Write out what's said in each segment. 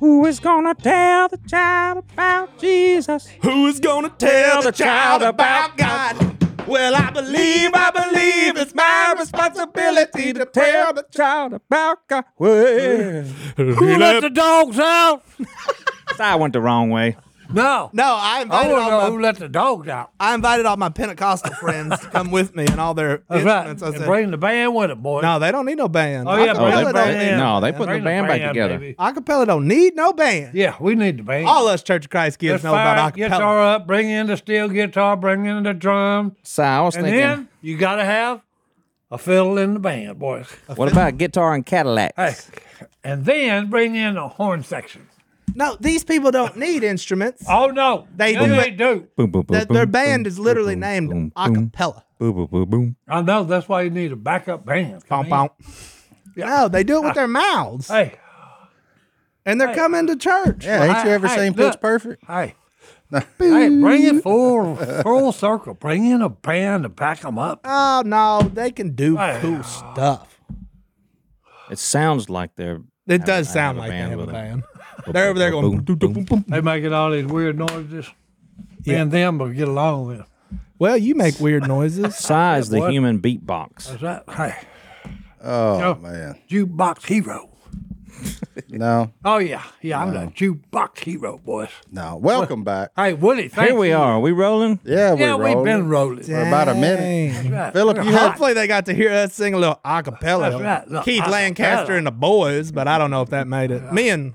Who is gonna tell the child about Jesus? Who is gonna tell the child about God? Well, I believe, I believe it's my responsibility to tell the child about God. Well, Who let the dogs out? I went the wrong way. No. No, I I invited want to know all my who let the dogs out. I invited all my Pentecostal friends to come with me and all their That's right. instruments. I And said, bring the band with it, boy. no, they don't need no band. Oh, yeah, Acapella bring the don't band. need- No, they put the Bring band back together. baby. Acapella don't need no band. Yeah, we need the band. All us Church of Christ kids Let's know fire about that guitar acapella. up, bring in the steel guitar, bring in the drum, So I was and thinking, then you got to have a fiddle in the band, boys. what about guitar and Cadillacs? Hey, and then bring in a horn section. No, these people don't need instruments. Oh no, They No, do they it. do. Boom, boom, boom, Their- their boom, band boom, is literally boom, named boom, boom, acapella. Boom, boom, boom, boom. I know that's why you need a backup band. Bonk, bonk. No, they do it with their mouths, Hey, and they're coming to church. Yeah, ain't you ever Hey, seen look. Pitch Perfect? hey, hey, bring it full full circle. Bring in a band to back them up. Oh no, they can do Hey. cool stuff. It sounds like they're. It does I have sound a like they band have a with it. band. They're over there going. Boom, "Boom, boom, boom, boom." They making all these weird noises. Me And them will get along with. it. Well, you make weird noises. Size the What? human beatbox. That's right. Hey, Oh No. man, jukebox hero. no, Oh yeah, yeah. I'm the jukebox hero, boys. no. Welcome back. Hey, Woody. Thank Here we you. are. Are we rolling? Yeah, Yeah, we're we've been rolling. rolling. for about a minute. Dang. Right. Philip, We're you hot. had Hopefully, they got to hear us sing a little acapella. That's right, little Keith Lancaster acapella. and the boys, but I don't know if that made it. Me and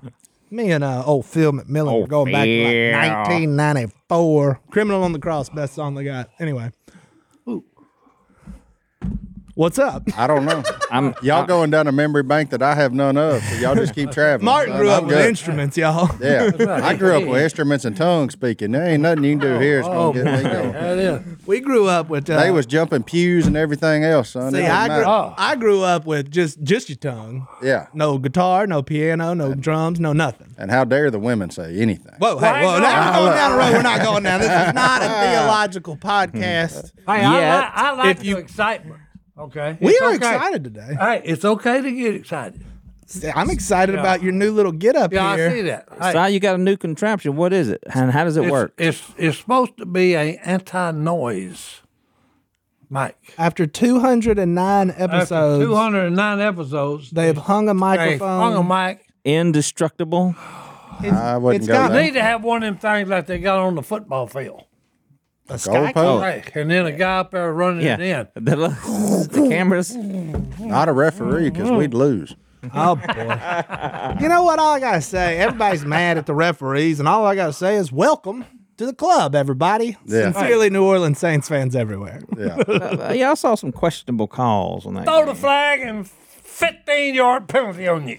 me and uh, old Phil McMillan were going back to Phil. like 1994. Criminal on the Cross, best song they got. Anyway, what's up? I don't know. I'm. Y'all going down a memory bank that I have none of. So y'all just keep traveling. Martin son. grew I'm up with good. instruments, y'all. Yeah, I grew up with instruments and tongue speaking. There ain't nothing you can do here. It's gonna Oh, get me going. That is. We grew up with. Uh, They was jumping pews and everything else, son. It see, didn't I grew, matter. Oh. I grew up with just just your tongue. Yeah, No guitar, no piano, no drums, no nothing. and how dare the women say anything? Whoa, hey, Right whoa, now we're on. going down the road. We're not going down. This is not a theological podcast. Hey, Yet, I, li- I like if the you- excitement. Okay. We It's are okay. excited today. Hey, it's okay to get excited. I'm excited about your new little get up Yeah, here. I see that. Hey, Si, you got a new contraption. What is it? And how does it it's, work? It's it's supposed to be a anti noise mic. After 209 episodes, After 209 episodes, they've hung a they microphone. hung a mic. Indestructible. I wouldn't it's go got there. Need to have one of them things like they got on the football field. a Gold sky post. Hey, and then a guy up there running Yeah. it in. The, the cameras. uh, Not a referee Mm-hmm. because we'd lose. Oh, boy. you know what? All I got to say, everybody's mad at the referees, and all I got to say is welcome to the club, everybody. Yeah. Sincerely, New Orleans Saints fans everywhere. Yeah, Uh, yeah, I saw some questionable calls on that. Throw the game. flag and 15 yard penalty on you.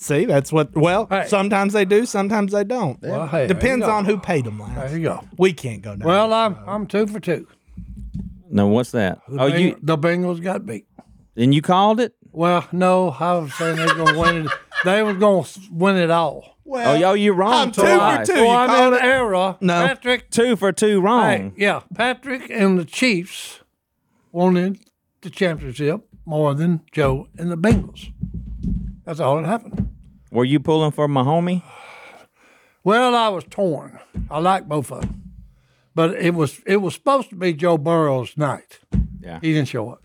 See, that's what, well, Hey. sometimes they do, sometimes they don't. Well, hey, Depends there you on who paid them last. go. There you go. We can't go down. Well, uh, I'm I'm two for two. No, what's that? The, Oh, you Beng- the Bengals got beat. and you called it? Well, no, I was saying they were gonna win it. They were gonna s- win it all. Oh, yo, you're wrong. I'm two for twice. two. So you I'm called in it? error. No. Patrick. Two for two Hey, wrong. yeah, Patrick and the Chiefs wanted the championship more than Joe and the Bengals. That's all that happened. Were you pulling for my homie? Well, I was torn. I like both of them, but it was it was supposed to be Joe Burrow's night. Yeah. He didn't show up.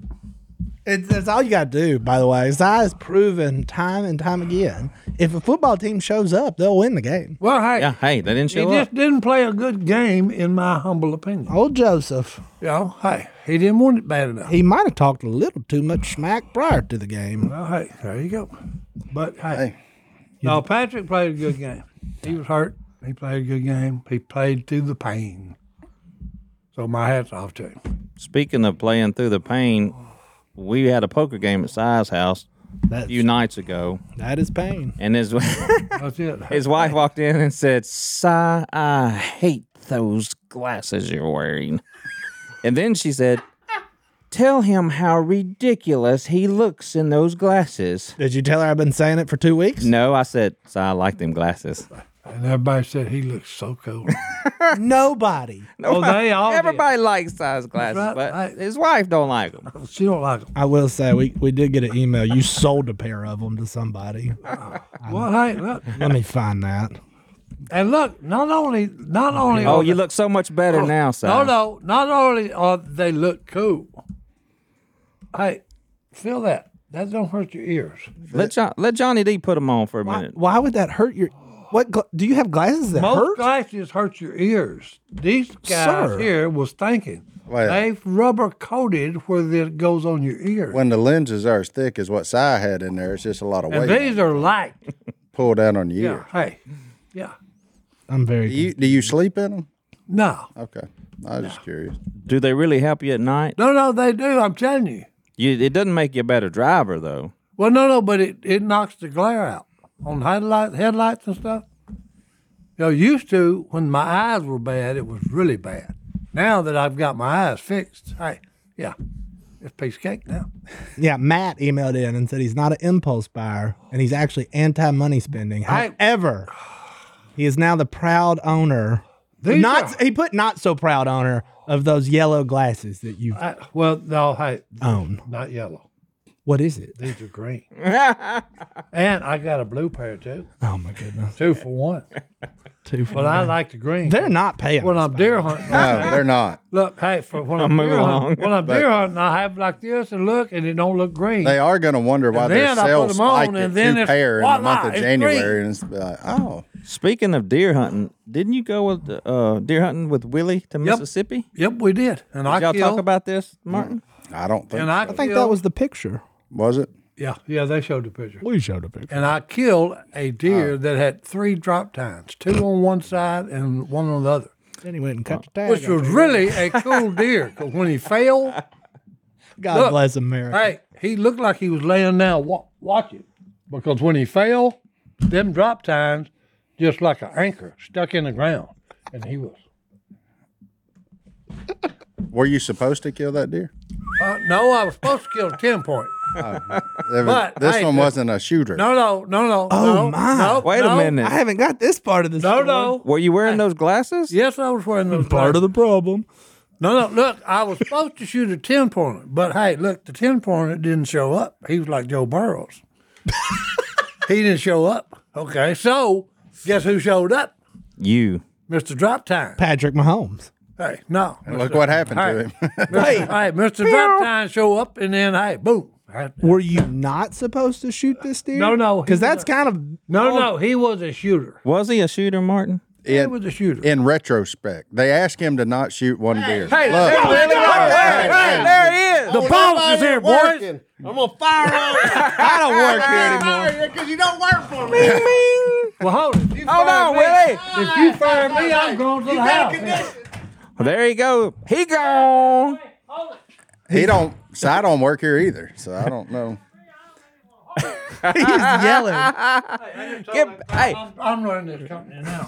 It's, that's all you got to do, by the way. Zy has proven time and time again if a football team shows up, they'll win the game. Well, hey, Yeah. Hey, they didn't he show up. just didn't play a good game, in my humble opinion. Old Joseph, You know, hey, he didn't want it bad enough. he might have talked a little too much smack prior to the game. Well, hey, there you go. But hey, no, Patrick played a good game. He was hurt. He played a good game. He played through the pain. So my hat's off to him. Speaking of playing through the pain, we had a poker game at Si's house a That's, few nights ago, that is pain. and his That's it. his wife walked in and said, "Si, I hate those glasses you're wearing." And then she said, "Tell him how ridiculous he looks in those glasses." Did you tell her I've been saying it for two weeks? No, I said, "Si, I like them glasses." And everybody said he looks so cool. Nobody. Well, they all did. Everybody likes size glasses, right, but I- his wife don't like them. she don't like him. I will say we, we did get an email. You sold a pair of them to somebody. Well, hey, look, Let me find that. and look. Not only, not only. Oh, are you they- look so much better Oh, now, Si. No, no. Not only are they look cool. Hey, feel that. That don't hurt your ears. Let, John, let Johnny D put them on for a Why, minute. why would that hurt your? What gla- do you have glasses that Most hurt? glasses hurt your ears. These guys Sir. here was thinking Well- they've rubber coated where it goes on your ear. When the lenses are as thick as what Si had in there, it's just a lot of and weight these are light. pulled down on your yeah. ear. Hey. Yeah. I'm very. Do you, do you sleep in them? No. Okay, I was just curious. Do they really help you at night? No, no, they do. I'm telling you. You, it doesn't make you a better driver, though. Well, no, no, but it, it knocks the glare out on headlight, headlights and stuff. You know, used to when my eyes were bad, it was really bad. Now that I've got my eyes fixed, hey, yeah, it's piece of cake now. Yeah, Matt emailed in and said he's not an impulse buyer and he's actually anti-money spending. I- However, he is now the proud owner. These not are- he put not so proud owner of those yellow glasses that you I, well, no, hey, own. not yellow. What is it? These are green. and I got a blue pair too, Oh my goodness, two for one. two for But I like the green. They're not paying. when us I'm back. deer hunting. No, they're not. Look, hey, for when I'm, Move deer along. hunting, when I'm deer hunting, I have like this and look, and it don't look green. They are going to wonder why And their then I put sales 'em on, spiked and at then two it's- pair in the voila, month of it's January, green. and it's like, oh, Speaking of deer hunting, didn't you go with uh, deer hunting with Willie to Mississippi? Yep, we did. And I Did y'all killed, talk about this, Martin? I don't think. and I, so. I think that was the picture. was it? yeah, yeah. They showed the picture. We showed a picture. And I killed a Oh. deer that had three drop tines, two on one side and one on the other, Then he went and cut the tag. which off. was really a cool deer. 'cause when he fell, God look. bless America. hey, he looked like he was laying down wa- watching, because when he fell, them drop tines just like an anchor stuck in the ground, and he was. Were you supposed to kill that deer? Uh, no, I was supposed to kill a ten point. There was- But, this hey, one the- wasn't a shooter. No, no, no, no. Oh, no, my. No, Wait no, a minute. I haven't got this part of the No, story. no. Were you wearing those glasses? Yes, I was wearing those. Part glasses. of the problem. No, no, look, I was supposed to shoot a 10 pointer, but hey, look, the 10 pointer didn't show up. He was like Joe Burrows. he didn't show up. Okay, so guess who showed up? You. Mr. Drop Time. Patrick Mahomes. Hey, no. And look what happened Hey, to him. Mr. hey, Mr. Drop Time show up, and then, hey, boom. I- Were you not supposed to shoot this deer? No, no, he Because that's was kind of No, no, he was a shooter. Was he a shooter, Martin? Oh. He was a shooter. in retrospect, they asked him to not shoot one deer. Hey, Look, there it is. All right, Hey, hey, hey, There he is. The boss is here, boys. I'm gonna fire on I don't work here you. anymore. fire you because you don't work for me. Well, hold it. You Hold fire on, me- Willie. If you fire me, I'm going to the house. There you go. He gone. he don't. So I don't work here either. So I don't know. he's yelling. Get, hey, I'm, I'm running this company now.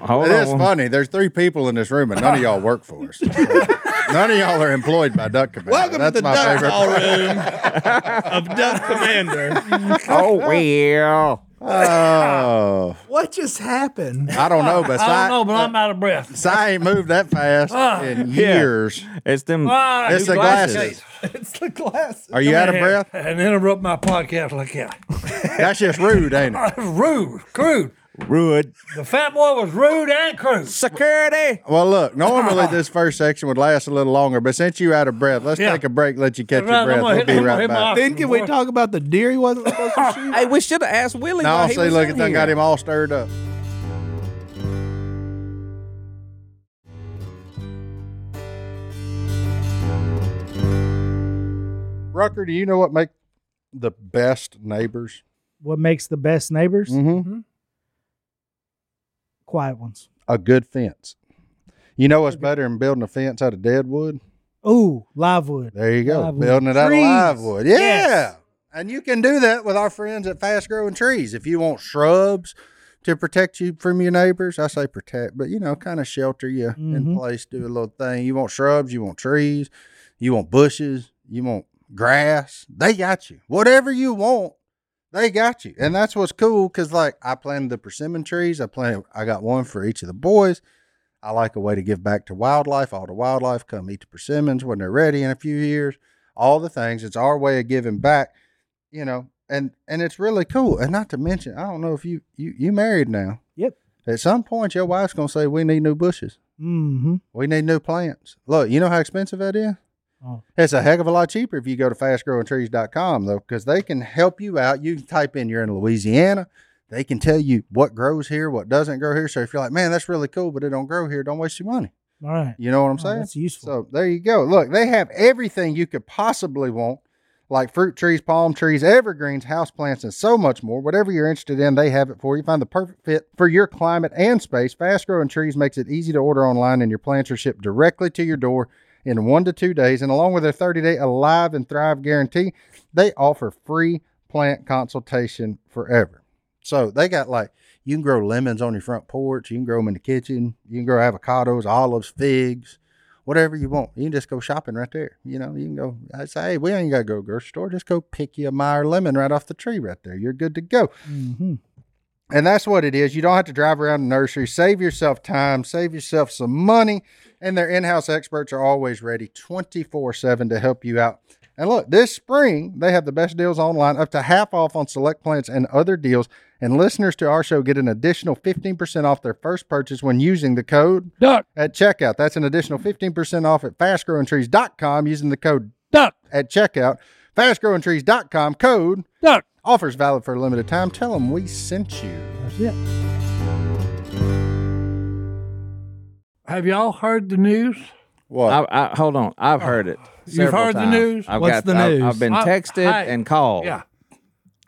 hold It is on. funny. There's three people in this room, and none of y'all work for us. none of y'all are employed by Duck Commander. That's my favorite. part. room of Duck Commander. Oh well. Oh, What just happened? I don't know, but I don't know, Si but I'm Ah, out of breath. Si ain't moved that fast in years. It's them. Ah, It's new the glasses. It's the glasses. Are you out of Yeah, breath? And interrupt my podcast like that. That's just rude, ain't it? rude, crude. Rude. The fat boy was rude and crude. Security. Well, look, normally this first section would last a little longer, but since you out of breath, let's Yeah. take a break, let you catch Right, your I'm breath. gonna We'll hit- be I'm gonna right hit my back. office. Then can we talk about the deer he wasn't supposed to shoot? Hey, we should have asked Willie. Now, why I'll he see, was look, in it done here. got him all stirred up. Rucker, do you know what make the best neighbors? What makes the best neighbors? Mm. Mm-hmm. Quiet ones. A good fence. You know what's better than building a fence out of dead wood? Ooh, live wood. There you go. Live wood. Building it out of Trees. live wood. Yeah. Yes. And you can do that with our friends at Fast Growing Trees. If you want shrubs to protect you from your neighbors, I say protect, but you know, kind of shelter you in Mhm. place, do a little thing. You want shrubs, you want trees, you want bushes, you want grass. They got you. Whatever you want, They got you, and that's what's cool. Cause like I planted the persimmon trees. I planted. I got one for each of the boys. I like a way to give back to wildlife. All the wildlife come eat the persimmons when they're ready in a few years. All the things. It's our way of giving back. You know, and and it's really cool. And not to mention, I don't know if you you you married now. Yep. At some point, your wife's gonna say, "We need new bushes." Mm-hmm. We need new plants. Look, you know how expensive that is? Oh. It's a heck of a lot cheaper if you go to fastgrowingtrees.com, though, because they can help you out. You can type in you're in Louisiana. They can tell you what grows here, what doesn't grow here. So if you're like, man, that's really cool, but it don't grow here, don't waste your money. All right. You know what I'm Oh, saying? that's useful. So there you go. Look, they have everything you could possibly want, like fruit trees, palm trees, evergreens, houseplants, and so much more. Whatever you're interested in, they have it for you. Find the perfect fit for your climate and space. Fast growing trees makes it easy to order online, and your plants are shipped directly to your door in one to two days. And along with their 30 day Alive and Thrive guarantee, they offer free plant consultation forever. So they got like you can grow lemons on your front porch, you can grow them in the kitchen, you can grow avocados, olives, figs, whatever you want. You can just go shopping right there. You know, you can go. I say, hey, we ain't got to go to the grocery store. Just go pick you a Meyer lemon right off the tree right there. You're good to go. Mm-hmm. And that's what it is. You don't have to drive around the nursery. Save yourself time, save yourself some money. And their in house experts are always ready 24 7 to help you out. And look, this spring, they have the best deals online, up to half off on select plants and other deals. And listeners to our show get an additional 15% off their first purchase when using the code Duck. at checkout. That's an additional 15% off at fastgrowingtrees.com using the code DUCK at checkout. Fastgrowingtrees.com code Duck. offers valid for a limited time. Tell them we sent you. That's it. Have y'all heard the news? What? I, I, hold on. I've heard it. You've several heard the times. news? I've What's got, the I've, news? I've been I- texted hey, and called. Yeah.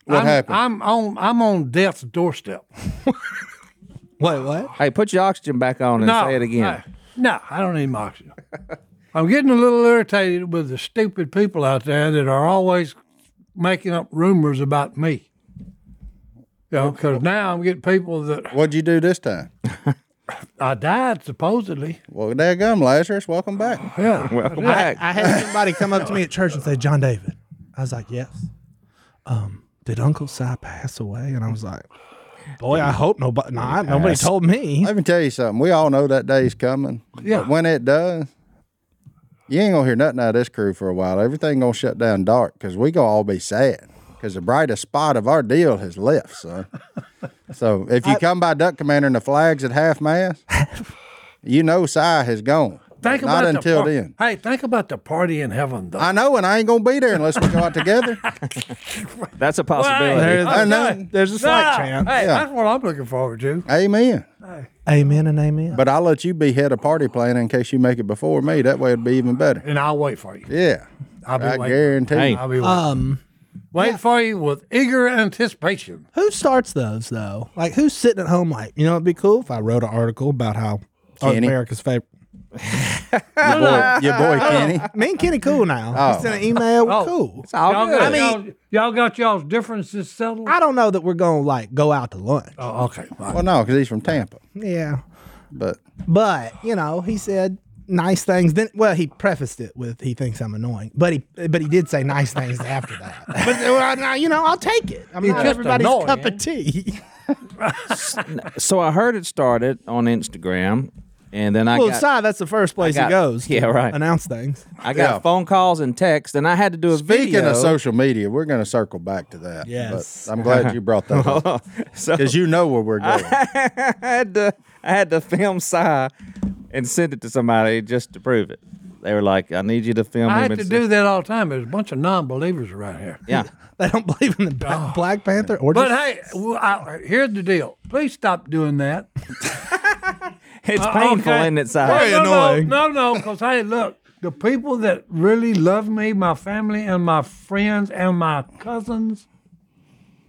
What I'm, happened? I'm on I'm on death's doorstep. Wait, what? Hey, put your oxygen back on and say it again. No, no, I don't need my oxygen. I'm getting a little irritated with the stupid people out there that are always making up rumors about me. You know, because now I'm getting people that What'd you do this time? I died supposedly. Well, there gum, Lazarus. Welcome back. Yeah. Welcome back. I had somebody come up to me at church and say, John David. I was like, yes. Um, did Uncle Si pass away? And I was like, boy, I hope nobody, nah, nobody told me. Let me tell you something. We all know that day's coming. Yeah. But when it does, you ain't gonna hear nothing out of this crew for a while. Everything gonna shut down dark because we gonna all be sad because the brightest spot of our deal has left, son. so if you come by Duck Commander and the flags at half mast, you know Si has gone. Think But Not about the until par- then. Hey, think about the party in heaven, though. I know, and I ain't gonna be there unless we go out together. That's a possibility. There's, I know. there's a slight chance. Hey, Yeah. that's what I'm looking forward to. Amen. Amen and amen. But I'll let you be head of party plan in case you make it before me. That way it'd be even better. And I'll wait for you. Yeah. I'll be I waiting. guarantee. Hey. I'll be waiting. Uh, Um, waiting for you with eager anticipation. Who starts those though? Like who's sitting at home like, you know, it'd be cool if I wrote an article about how our Kenny. America's favorite. Your boy, your boy Kenny. Me and Kenny cool now. Oh. We sent an email. We're Oh. cool. It's all y'all, good. got y'all, y'all got y'all's differences settled? I don't know that we're gonna like go out to lunch. oh, okay. All Well, right. no, because he's from Tampa. Yeah, But but you know, he said nice things. Then, well, he prefaced it with he thinks I'm annoying, but he but he did say nice things after that. But well, now, you know, I'll take it. I'm not just everybody's cup annoying. of tea. So I heard it started on Instagram, and then I well, got Si, that's the first place got- he goes. to yeah, right. Announce things. I got Yeah. phone calls and texts, and I had to do a speaking video. of social media, we're going to circle back to that. Yes. But I'm glad you brought that up so because you know where we're going. I had to, I had to film Psy and send it to somebody just to prove it. They were like, "I need you to film I him." had and to s- do that all the time. There's a bunch of non believers around here. Yeah, They don't believe in the Bla- Black Panther or Oh. But just- hey, well, I, here's the deal. Please stop doing that. it's Uh, painful, okay. isn't it, Psy? Very no, no, annoying. No, no, because hey, look, the people that really love me, my family and my friends and my cousins,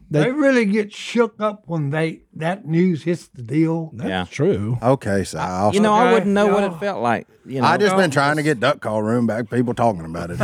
They- they, really get shook up when they that news hits the deal. that's Yeah. true. Okay, so I'll, You know, I Okay. wouldn't know what Yeah. it felt like. You know, I just been trying to get duck call room back. People talking about it.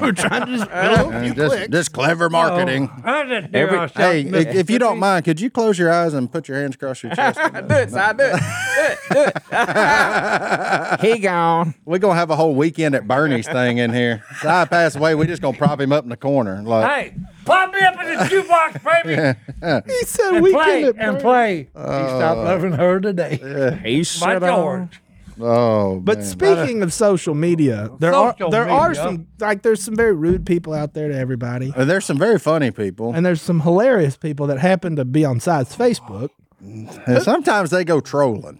we're trying to just, just, clever marketing. Oh, I just- Every- I shot Hey, if, if you don't Mississippi. mind, could you close your eyes and put your hands across your chest? do it, Psy. Do it. Do it. Do it. he gone. We're gonna have a whole weekend at Bernie's thing in here. So I pass away. We just gonna prop him up in the corner. Like Hey, pop me up in the the jukebox, baby, He said and we play can and play. uh, he stopped loving her today. He uh, By shut up. George, Oh, But man. speaking of social media, there Social are there are media. some like there's some very rude people out there to everybody, Uh, there's some very funny people, and there's some hilarious people that happen to be on side's Facebook. and sometimes they go trolling.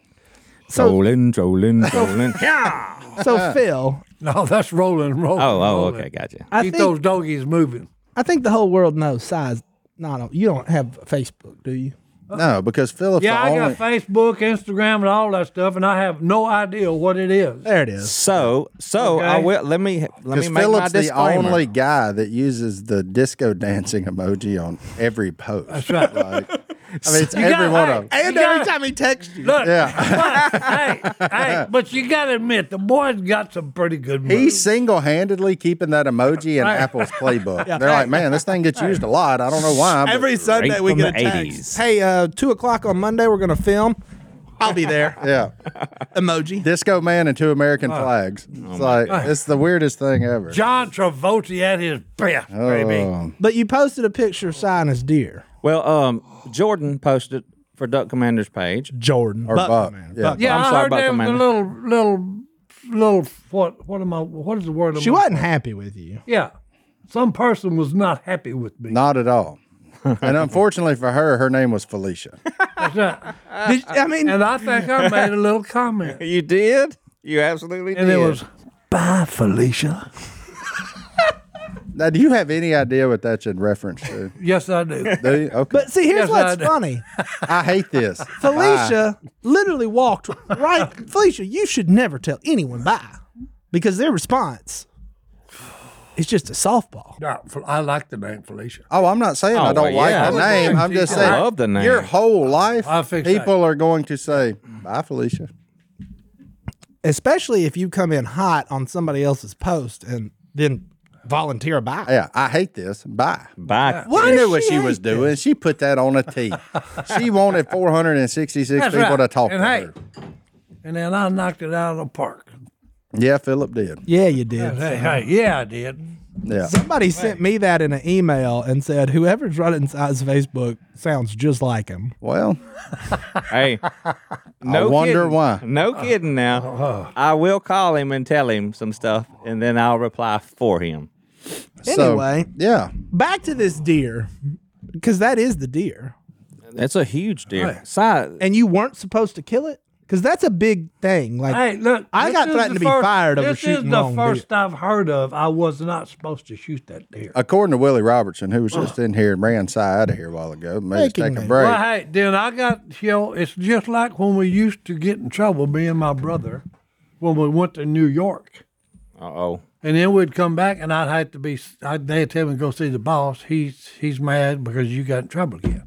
So Trolling, trolling, trolling. so Phil, no, that's rolling, rolling. Oh, oh, rolling. okay, gotcha. I Keep think those doggies moving. I think the whole world knows size. No, no, you don't have Facebook, do you? No, because Philip's Uh-huh. Yeah, I the got only. Facebook, Instagram, and all that stuff, and I have no idea what it is. There it is. So, so I Okay. will. Let me let me Because make Philip's my the disclaimer. only guy that uses the disco dancing emoji on every post. That's right. like, I mean, it's You every gotta- one hey, of them. you gotta- he texts you, Look, Yeah. but, hey, hey, but you got to admit, the boy's got some pretty good moves. He's single handedly keeping that emoji in Right. Apple's playbook. They're like, man, this thing gets used a lot. I don't know why. but- every Sunday we from get a the text. 80s. Hey, uh, two o'clock on Monday we're gonna film. I'll be there. yeah. Emoji. Disco Man and two American Uh, flags. oh It's like, it's the weirdest thing ever. John Travolta at his best, baby. Oh. But you posted a picture of Si and his deer, Well, um, Jordan posted for Duck Commander's page. Jordan Or Buck. Yeah. Yeah, I'm i sorry heard about the there was a man. little, little, little. What? What am I? What is the word? I'm She looking wasn't happy with you. Yeah. Some person was not happy with me. Not at all. and unfortunately for her, her name was Felicia. That's right. Did, I mean, And I think I made a little comment. You did. You absolutely And did. it was, bye, Felicia. Now, do you have any idea what that's in reference to? Yes, I do. Do you? Okay. but see, here's Yes, I what's did. funny. I hate this. Felicia literally walked right. Felicia, you should never tell anyone bye because their response is just a softball. No, Fel- I like the name Felicia. Oh, I'm not saying I Oh, don't well, like yeah. the name. I'm just I saying love the name. your whole life, I fix that. people are going to say, bye, Felicia. Especially if you come in hot on somebody else's post and then volunteer a bye. Yeah, I hate this. Bye. By Why She does knew what she hate was this? doing. She put that on a T. she wanted 466 That's people right. to talk and to hey, her. and then I knocked it out of the park. Yeah, Philip did. Yeah, you did. Hey, hey, yeah, I did. Yeah. Somebody sent me that in an email and said, "Whoever's running size Facebook sounds just like him." Well, hey, no wonder kidding. why. No kidding. Now, I will call him and tell him some stuff, and then I'll reply for him. so, Anyway. yeah. Back to this deer, because that is the deer, That's a huge deal. Si, and you weren't supposed to kill it, because that's a big thing. Like Hey, look. I this got is threatened the to be first- fired over This is shooting the wrong first I've heard of. I was not supposed to shoot that deer. According to Willie Robertson, who was just in here and ran Si out of here a while ago, made us take Breaking a news. break. Well, hey, then I got, you know, it's just like when we used to get in trouble, me and my brother, when we went to New York. uh oh. And then we'd come back, and I'd have to be. I'd, they'd tell me to go see the boss. He's he's mad because you got in trouble again.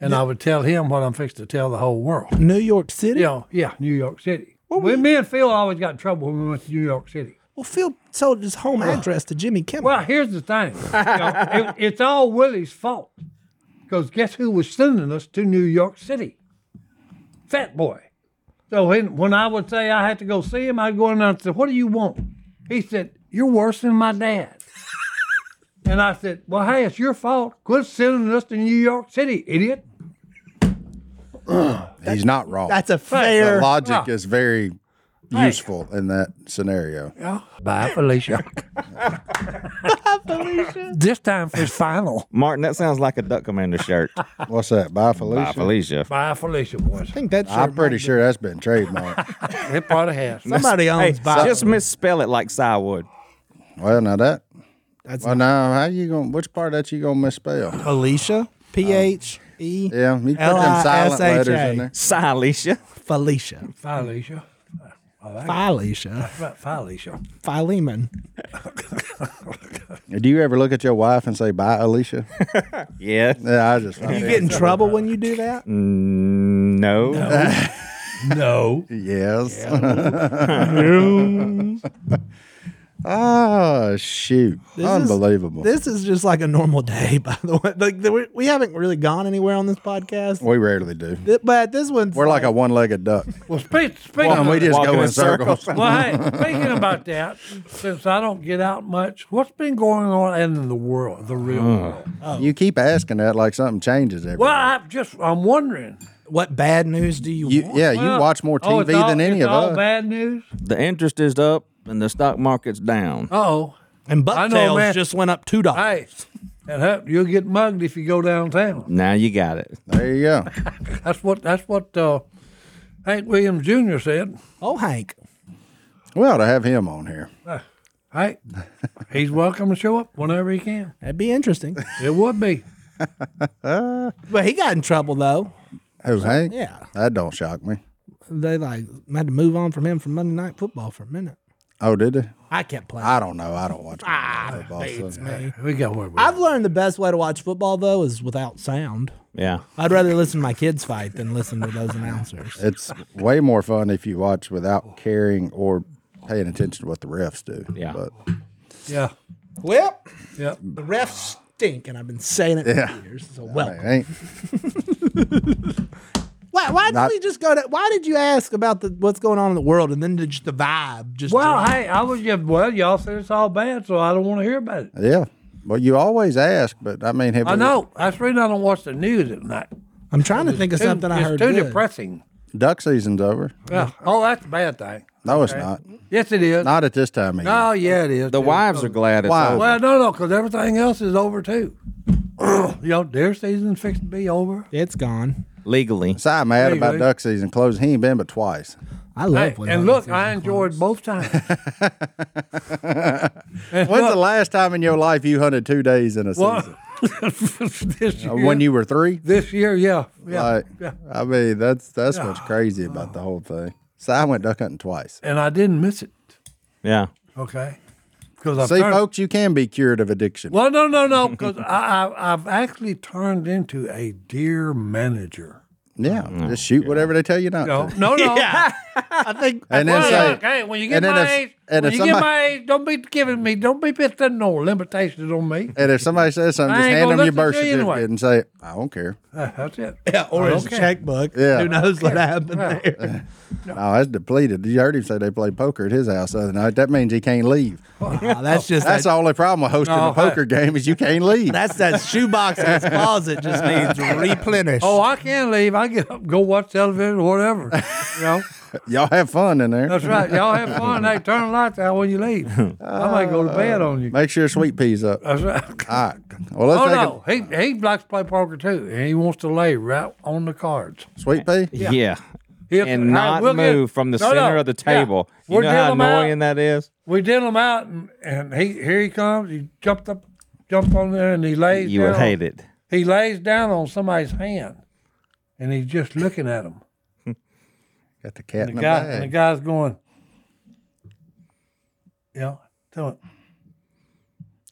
And I would tell him what I'm fixing to tell the whole world. New York City. You know, yeah, New York City. we, me and Phil always got in trouble when we went to New York City. Well, Phil sold his home address to Jimmy Kimmel. Well, here's the thing. You know, it- it's all Willie's fault. Because guess who was sending us to New York City? Fat Boy. So when, when I would say I had to go see him, I'd go in there and say, What do you want? He said, You're worse than my dad. and I said, Well, hey, it's your fault. Quit sending us to New York City, idiot. He's not wrong. that's a the fair. logic is very useful in that scenario. Bye, Felicia. Felicia. this time for his final. Martin, that sounds like a Duck Commander shirt. What's that? Bye, Felicia. By Felicia. Bye, Felicia, boys. I think that's I'm pretty sure that's been trademarked. It probably has. somebody Hey, owns by. just misspell it like Si would. well, now that. That's well, now how you gonna? Which part that you gonna misspell? Felicia. P H E Yeah, you put them silent L-I-S-H-A. letters in there. Si Alicia. Felicia. Felicia. Felicia. Right, Felicia. Philemon. Do you ever look at your wife and say "Bye, Alicia"? Yeah. yeah, I just. You get in trouble when you do that? No. No. Yes. Ah, shoot. This is- Unbelievable. This is just like a normal day, by the way. Like the, we- we haven't really gone anywhere on this podcast, we rarely do. Th- but this one's We're like a one legged duck. Well, speak, speaking, and we of, just Walking go in in circles. well, hey, speaking about that, since I don't get out much, what's been going on in the world, the real world? You keep asking that like something changes every Well, I'm just, I'm wondering. what bad news do you, you, want? Yeah, Well, you watch more TV oh, it's all- than any it's of all us. bad news? The interest is up and the stock market's down. Uh-oh. And I know, bucktails man. just went up two dollars. Hey, and huh, you'll get mugged if you go downtown. Now you got it. There you go. That's what, that's what uh, Hank Williams Jr. said. Oh, Hank, We ought to have him on here. Hey, he's welcome to show up whenever he can. that'd be interesting. It would be. but he got in trouble though. Who's Hank? Yeah. That don't shock me. They like had to move on from him from Monday Night Football for a minute. Oh, did they? I kept playing. I don't know. I don't watch Ah, football. so- We got where we I've learned the best way to watch football though is without sound. Yeah. I'd rather listen to my kids fight than listen to those announcers. It's way more fun if you watch without caring or paying attention to what the refs do. Yeah. But Yeah. Well, Yeah. the refs stink, and I've been saying it Yeah. for years. So I welcome. ain't Why, why did Not- we just go to? Why did you ask about the what's going on in the world and then just the vibe? Just Well, hey, I was just, well, y'all said it's all bad, so I don't want to hear about it. Yeah. Well, you always ask, but I mean, have I we- know. That's the reason I don't watch the news at night. I'm trying to think of Too- something I it's heard. too good. depressing. duck season's over. Yeah. Oh, that's a bad thing. No, it's not. Yes, it is. Not at this time of year. oh, yeah, it is. The too. wives are glad it's Why? over. Well, no, no, because everything else is over, too. you know, deer season's fixed to be over. It's gone. legally. Si mad Hey, about hey. duck season closing. He ain't been but twice. I love. Hey, when and hunting look, season I enjoyed comes. both times. When's the last time in your life you hunted two days in a season? Well, this year, Uh, When you were three? this year, yeah, yeah, Like, yeah. I mean, that's that's what's crazy about the whole thing. So I went duck hunting twice. and I didn't miss it. Yeah. Okay, because I See, folks, you can be cured of addiction. Well, no, no, no, because I, I, I've actually turned into a deer manager. Yeah, just shoot whatever they tell you not No, to. no, no. I think And then Well, say, look, hey, when you get and then my if- age, and when if you get somebody- my age, don't be giving me, don't be putting no limitations on me. and if somebody says something, I just ain't hand gonna them listen your to birth you certificate anyway. and say, I don't care. Uh, that's it. yeah, or his Okay. checkbook. Yeah. Who knows what happened there? Oh, that's depleted. You heard him say they played poker at his house the other night. That means he can't leave. Wow, Oh, that's just That's that, the only problem with hosting No, a poker game is you can't leave. that's that shoebox in his closet just needs replenished. Oh, I can't leave. I get up, go watch television or whatever. You know, Y'all have fun in there. that's right. Y'all have fun. Hey, turn the lights out when you leave. I might go to bed on you. Make sure sweet pea's up. All That's right. right. Well, let's Oh take no, he he likes to play poker too, and he wants to lay right on the cards. a sweet pea. Yeah. He'll- And not Hey, we'll get- move from the No, center no, of the yeah. table. You We'll know deal how 'em out. annoying that is? We did him out, and, and he here he comes. He jumped up, jumped on there, and he lays. You down. would hate it. He lays down on somebody's hand, and he's just looking at him. Got the cat in The the guy and the bag. guy's going, you know, tell him.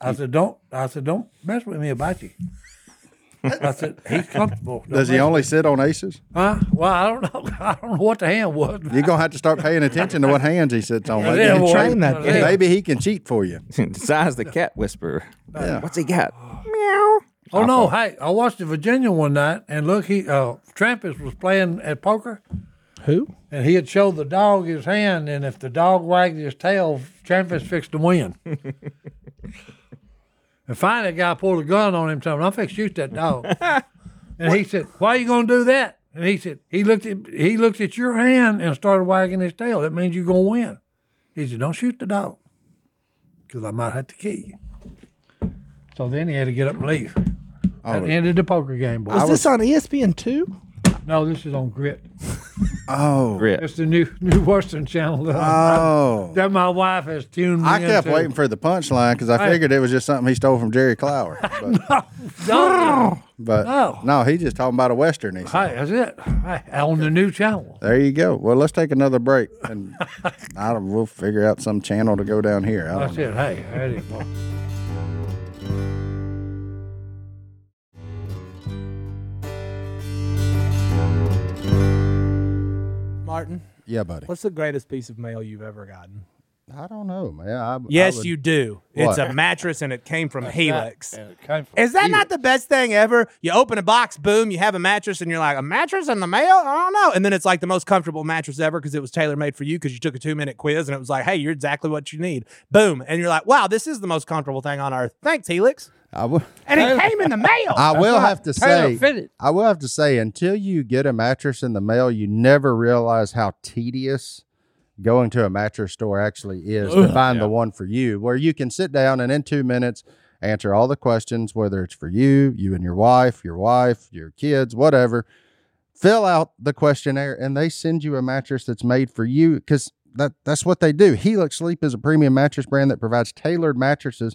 I said, don't. I said, don't mess with me about you. I said, he's comfortable. Don't Does he mess- only sit on aces? Huh? Well, I don't know. I don't know what the hand was. You're gonna have to start paying attention to what hands he sits on. Maybe, Yeah, he, boy. train that Yeah. thing. maybe he can cheat for you. Besides the cat whisperer. Yeah. What's he got? Oh no! Hey, I watched the Virginia one night, and look, he uh, Trampus was playing at poker, Who? and he had showed the dog his hand, and if the dog wagged his tail, Trampus fixed to win. and finally, the guy pulled a gun on him, telling him, "I'm fixing to shoot that dog." and he said, "Why you going to do that?" And he said, "He looked at he looked at your hand and started wagging his tail. That means you're going to win." He said, "Don't shoot the dog, because I might have to kill you." So then he had to get up and leave. Oh, That ended the poker game, boy. Was, this on E ESPN two? No, this is on Grit. Oh, Grit. It's the new new Western channel that, Uh, I- oh. that my wife has tuned me I kept into. waiting for the punchline because I figured it was just something he stole from Jerry Clower. But, No, but No. no, he's just talking about a western. He said. hey, that's it. Hey, on the new channel. There you go. Well, let's take another break, and I don't, we'll figure out some channel to go down here. I don't That's know. it. Hey, that is boy. Martin, Yeah, buddy. what's the greatest piece of mail you've ever gotten? I don't know, man. I, Yes, I would- you do. It's a mattress and it came from Helix. And it came from Is that not the best thing ever? You open a box, boom, you have a mattress, and you're like, a mattress in the mail? I don't know. And then it's like the most comfortable mattress ever because it was tailor made for you because you took a two minute quiz and it was like, hey, you're exactly what you need. Boom. And you're like, wow, this is the most comfortable thing on earth. Thanks, Helix. I would. And it came in the mail. I will have to Taylor say, fitted. I will have to say, until you get a mattress in the mail, you never realize how tedious going to a mattress store actually is to find the one for you, where you can sit down and in two minutes answer all the questions, whether it's for you, you and your wife, your wife, your kids, whatever. Fill out the questionnaire, and they send you a mattress that's made for you because that that's what they do. Helix Sleep is a premium mattress brand that provides tailored mattresses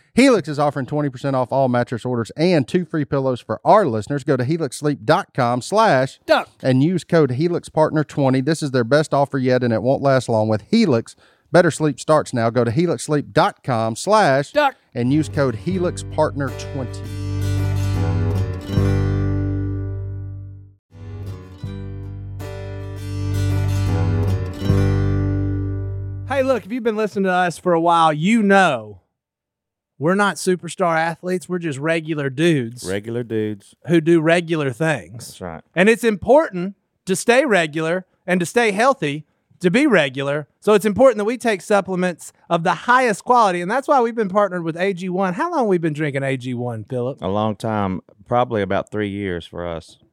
Helix is offering 20% off all mattress orders and two free pillows for our listeners. Go to helixsleep.com slash Duck. and use code HelixPartner20. This is their best offer yet, and it won't last long with Helix. Better sleep starts now. Go to helixsleep.com slash Duck. and use code HelixPartner20. Hey, look, if you've been listening to us for a while, you know we're not superstar athletes. We're just regular dudes Regular dudes. who do regular things. That's right. And it's important to stay regular and to stay healthy to be regular. So it's important that we take supplements of the highest quality. And that's why we've been partnered with AG1. How long have we been drinking AG1, Philip? A long time, probably about three years for us.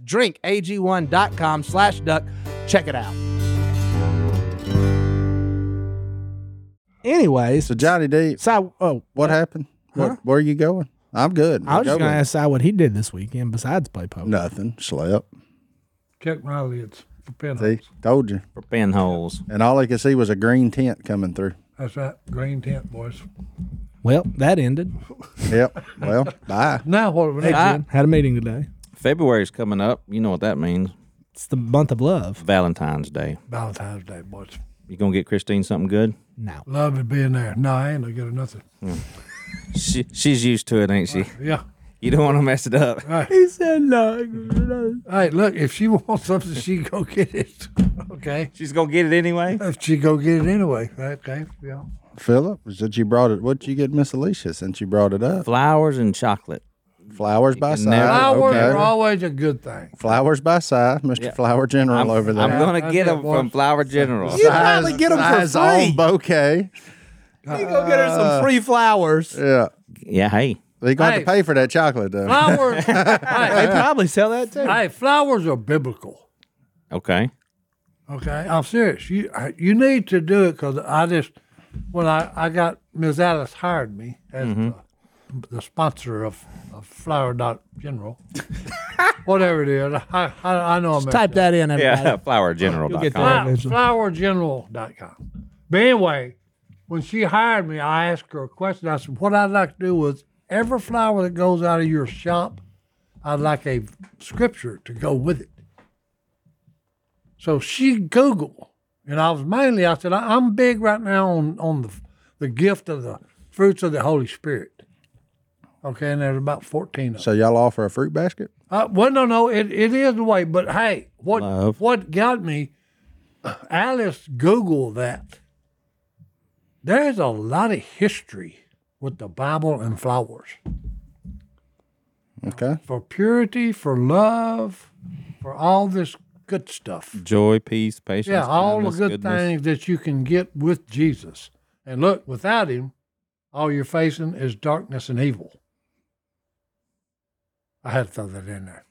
drinkag1.com slash duck. Check it out. Anyways, So Johnny D, Si, oh, what happened? What, where are you going? I'm good. I was Go just gonna with- ask Si what he did this weekend besides play poker. nothing. Slept. Check my lids for See, pinholes. told you. For pinholes. And all I could see was a green tent coming through. That's right. Green tent, boys. Well, that ended. Yep. Well, bye. Now what do we need? I had a meeting today. February's coming up. You know what that means. It's the month of love. Valentine's Day. Valentine's Day, boys. You going to get Christine something good? No. Love it being there. No, I ain't gonna get her nothing. She, she's used to it, ain't she? Yeah. You don't want to mess it up. He said no. Hey, look, if she wants something, she go get it. Okay. She's going to get it anyway. If she go get it anyway. Okay. Uh, Yeah. Philip, since you brought it, what'd you get Miss Alicia since you brought it up? Flowers and chocolate. Flowers by can side. never- Flowers okay. are always a good thing. Flowers by side. mister Yeah. Flower General I'm, over there. I'm going to That's get it, them boy. from Flower General. You probably get 'em for Size free. on bouquet. Uh, you go get her Uh, some free flowers. Yeah. Yeah, hey. They're going to Hey. pay for that chocolate, though. Flowers. They hey, probably sell that too. hey, flowers are biblical. Okay. Okay, I'm serious. You I- you need to do it because I just when I, I got Ms. Alice hired me as Mm-hmm. the, the sponsor of, of Flower Dot General, whatever it is. I I, I know I'm Type that in, everybody. Yeah, flowergeneral.com. flowergeneral.com. But anyway, when she hired me, I asked her a question. I said, "What I'd like to do is every flower that goes out of your shop, I'd like a scripture to go with it." So she Googled, and I was mainly I said, I, "I'm big right now on on the the gift of the fruits of the Holy Spirit." Okay, and there's about fourteen of them. So y'all offer a fruit basket? Uh, well, no, no, it, it is the way. But hey, what Love. what got me? Alice Google that. There's a lot of history with the Bible and flowers Okay. for purity, for love, for all this good stuff. Joy, peace, patience. yeah, all the kindness, good goodness. things that you can get with Jesus. And look, without him, all you're facing is darkness and evil. I had to throw that in there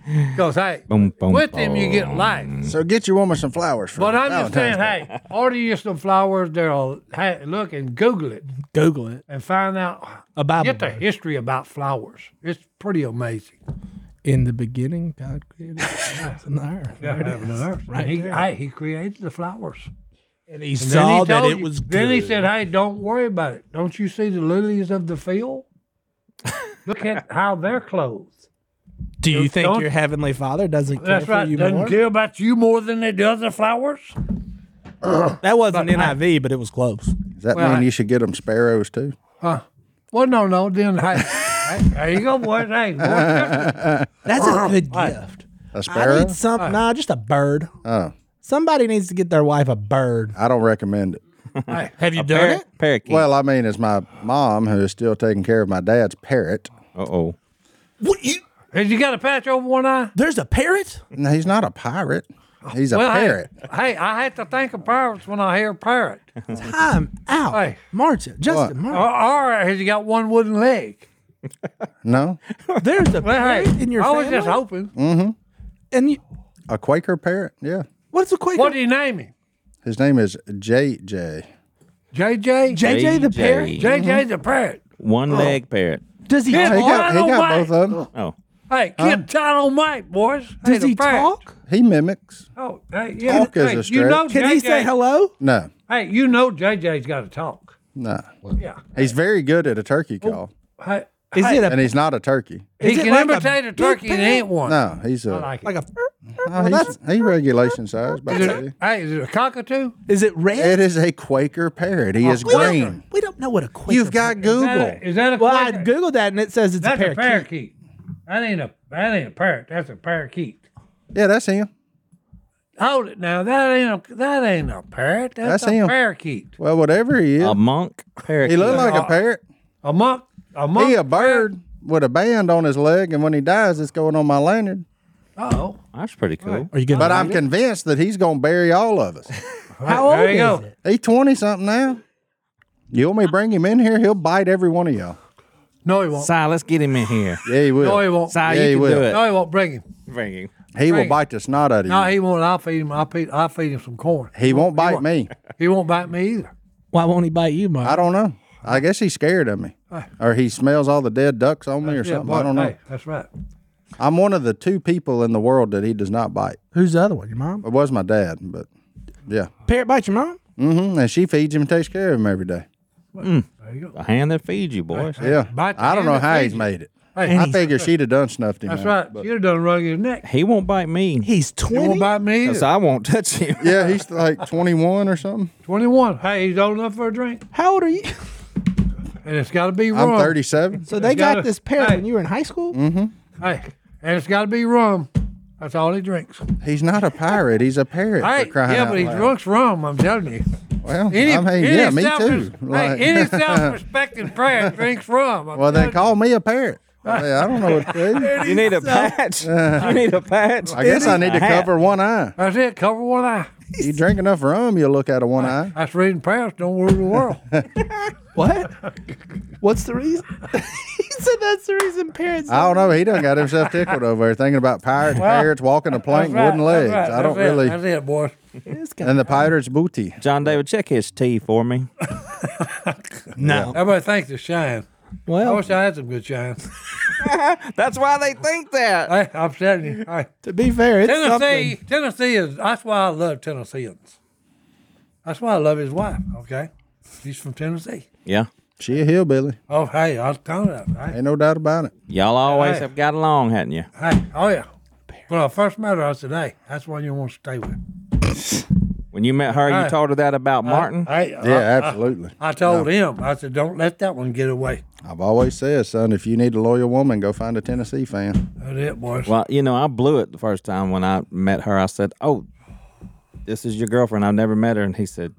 because hey, Boom, boom, with him you get boom. life. So get your woman some flowers for But I'm just Valentine's saying, Day. hey, order you some flowers. There'll hey, look and Google it Google it. and find out A Bible get the verse. history about flowers. It's pretty amazing. In the beginning, God created the heavens and the earth. Right he, hey, he created the flowers. And he And saw that told it you- was good. Then he said, "Hey, don't worry about it. Don't you see the lilies of the field? look at how they're clothed. Do you think don't- your heavenly Father doesn't care That's for right. you Doesn't more? care about you more than it does the flowers. That wasn't NIV, but it was close. Does that Well, mean hey. you should get them sparrows, too? Well, no, no. Then hey, hey, there you go, boys. Hey, boys, That's a good gift. A I sparrow? need something. Nah, just a bird. Oh, Somebody needs to get their wife a bird. I don't recommend it. hey, Have you done Parrot, Parakeet. Well, I mean, it's my mom who is still taking care of my dad's parrot. uh oh. What, you, Has you got a patch over one eye? there's a parrot? No, he's not a pirate. He's a hey, parrot. Hey, I have to think of pirates when I hear parrot. I'm out. Hey. Oh. Martin, Justin, or, Martin. or has he got one wooden leg? No, There's a Well, hey, parrot in your I was family. just hoping. and you, a Quaker parrot. Yeah, what's a Quaker? What do you name him? his name is JJ. JJ? JJ the parrot? JJ's a parrot. One leg parrot. Does he? Yeah. talk? He Oh, I got, he know got why. both of them. Oh. Hey, get tight on Mike, boys. Does hey, he talk? He mimics. Oh, hey, yeah. Talk is hey, a You know stretch. Can JJ, he say hello? No, Hey, you know JJ's got to talk. no. Yeah. He's very good at a turkey Oh. call, Hey, Is it a and he's not a turkey. he it can like a imitate a, turkey and he ain't one. No, he's I a. like it. Like a no, he's, he's regulation size. About Is that. it- hey, is it a cockatoo? is it red? It is a Quaker parrot. He is green. We don't know what a Quaker You've got Is that Google. a, is that a well, I quacker? googled that and it says it's That's a a parakeet. parakeet. That ain't a that ain't a parrot. That's a parakeet. Yeah, that's him. Hold it now. That ain't a that ain't a parrot. That's, That's a him. parakeet. Well, whatever he is, A monk parakeet. he looked like a parrot. A monk. A monk. He a bird with a band on his leg, and when he dies, it's going on my lanyard. Oh, That's pretty cool. Are you gonna But I'm convinced that he's going to bury all of us. how old there you go. He's twenty something now. You want me to bring him in here? He'll bite every one of y'all. No, he won't. Si, let's get him in here. Yeah, he will. No, he won't. Si, you he can will. do it. No, he won't. Bring him. Bring him. He will Bring it. bite the snot out of you. No, he won't. I'll feed him. I'll feed. I'll feed him some corn. he, won't bite me. He won't bite me either. Why won't he bite you, Mike? I don't know. I guess he's scared of me, or he smells all the dead ducks on me, or something. I but- don't know. hey, that's right. I'm one of the two people in the world that he does not bite. Who's the other one? Your mom? It was my dad, but yeah. Parrot bite your mom? Mm-hmm. And she feeds him and takes care of him every day. There you go. The hand that feeds you, boys. Yeah. Bite the I don't hand know that how feeds he's you. made it. Hey, I figure she'd have done snuffed him. that's out, right. but- You'd have done wrung his neck. He won't bite me. He's He twenty. won't bite me So either. I won't touch him. Yeah, he's like 21 or something. Twenty-one. Hey, he's old enough for a drink, How old are you? and it's got to be rum. I'm 37. So they It's got gotta- this parrot Hey. Hmm? when you were in high school. Hey, and it's got to be rum. That's all he drinks. He's not a pirate. He's a parrot. for Hey, crying yeah, out but he loud. drinks rum. I'm telling you. Well, Any, I mean, any yeah, me self- too. Hey, Like- any self-respecting parrot drinks rum. I'm well, then telling call me a parrot. I, mean, I don't know what to do. You need a patch. you need a patch. I guess I need to A hat. cover one eye. you. That's it. Cover one eye. You drink enough rum, you'll look out of one eye. That's reading prayers. Don't rule the world. What? What's the reason? he said that's the reason parrots. I don't know. He done got himself tickled over there thinking about pirates, parrots walking a plank, That's right, wooden legs. that's right, I don't that's it, really. That's it, boys. This guy- And the pirate's booty. John David, check his tea for me. no. Everybody thinks it's shine. I Well, wish I had some good shine. That's why they think that. hey, I'm telling you. Hey, to be fair, it's Tennessee, something. Tennessee is. That's why I love Tennesseans. That's why I love his wife. Okay, she's from Tennessee. Yeah. She a hillbilly. Oh, hey, I was telling you. Hey, Ain't no doubt about it. Y'all always Hey. have got along, hadn't you? hey, oh yeah. When I first met her, I said, "Hey, that's one you want to stay with." When you met her, you Hey. told her that about Mm-hmm. Martin. Hey, Yeah, absolutely. I, I told him. I said, "Don't let that one get away." I've always said, son, if you need a loyal woman, go find a Tennessee fan. That's it, boys. Well, you know, I blew it the first time when I met her. I said, "Oh, this is your girlfriend. I've never met her," and he said,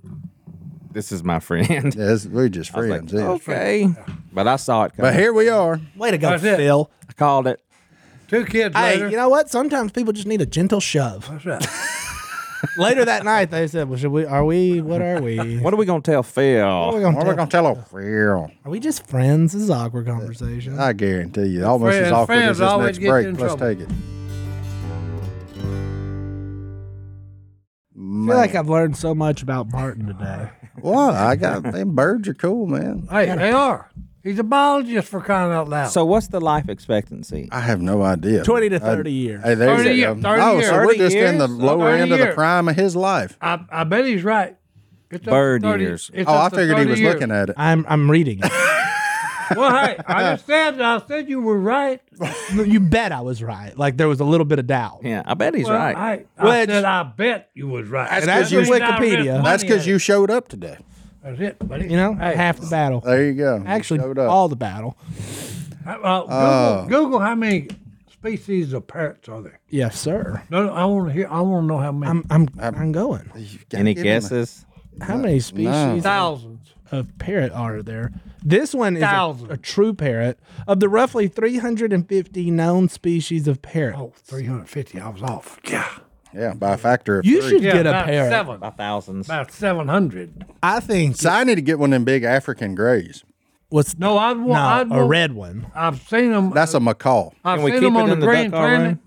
"This is my friend." Yeah, it's- we're just Like, friends. oh, yeah. okay, but I saw it But coming. here we are. Way to go, That's it. Phil. I called it. Two kids Hey, later. you know what? Sometimes people just need a gentle shove. that's right. Later that night, they said, "Well, should we? Are we? What are we? What are we gonna tell What are we Phil? gonna What are we tell- going to tell her? Real. Are we just friends? This is awkward conversation. I guarantee you. Almost as Friends- awkward friends as this always next get you break. in Let's trouble. take it. I feel like I've learned so much about Martin today. Well, I got them birds are cool, man. Hey, they are. He's a biologist for crying out loud. So, what's the life expectancy? I have no idea. 20 to I- 30 years. Hey, there 30 you year- go. 30 oh, so year. we're just in the 30 lower years. end of the 30 prime of his life. I, I bet he's right. It's up to Bird ears. it's Oh, I up to figured he 30 was years. looking at it. I'm I'm reading. it. Well, hey, I just said I said you were right. you bet I was right. Like there was a little bit of doubt. Yeah, I bet he's Well, right. I, I Which- said I bet you was right. That's 'cause you- the reason I read Wikipedia. money That's because at you it. showed up today. That's it, buddy. You know, Hey, half the battle. There you go. You Actually, showed up. all the battle. uh, Google, Google how many species of parrots are there? Yes, sir. No, no, I want to hear. I want to know how many. I'm I'm I'm going. You've got Any to give him a- guesses? How many species Thousands. of parrot are there? This one is a, Thousands. a true parrot of the roughly 350 known species of parrot. Oh, 350. I was off. Yeah. Yeah, by a factor of you three. should yeah get a about parrot. Seven. By thousands. About 700. I think. So I need to get one of them big African grays. What's No, Uh, I'd no, want. I'd a want- red one. I've seen them. That's a macaw. Uh, I've Can we seen keep them it on in the green duck call planet. room?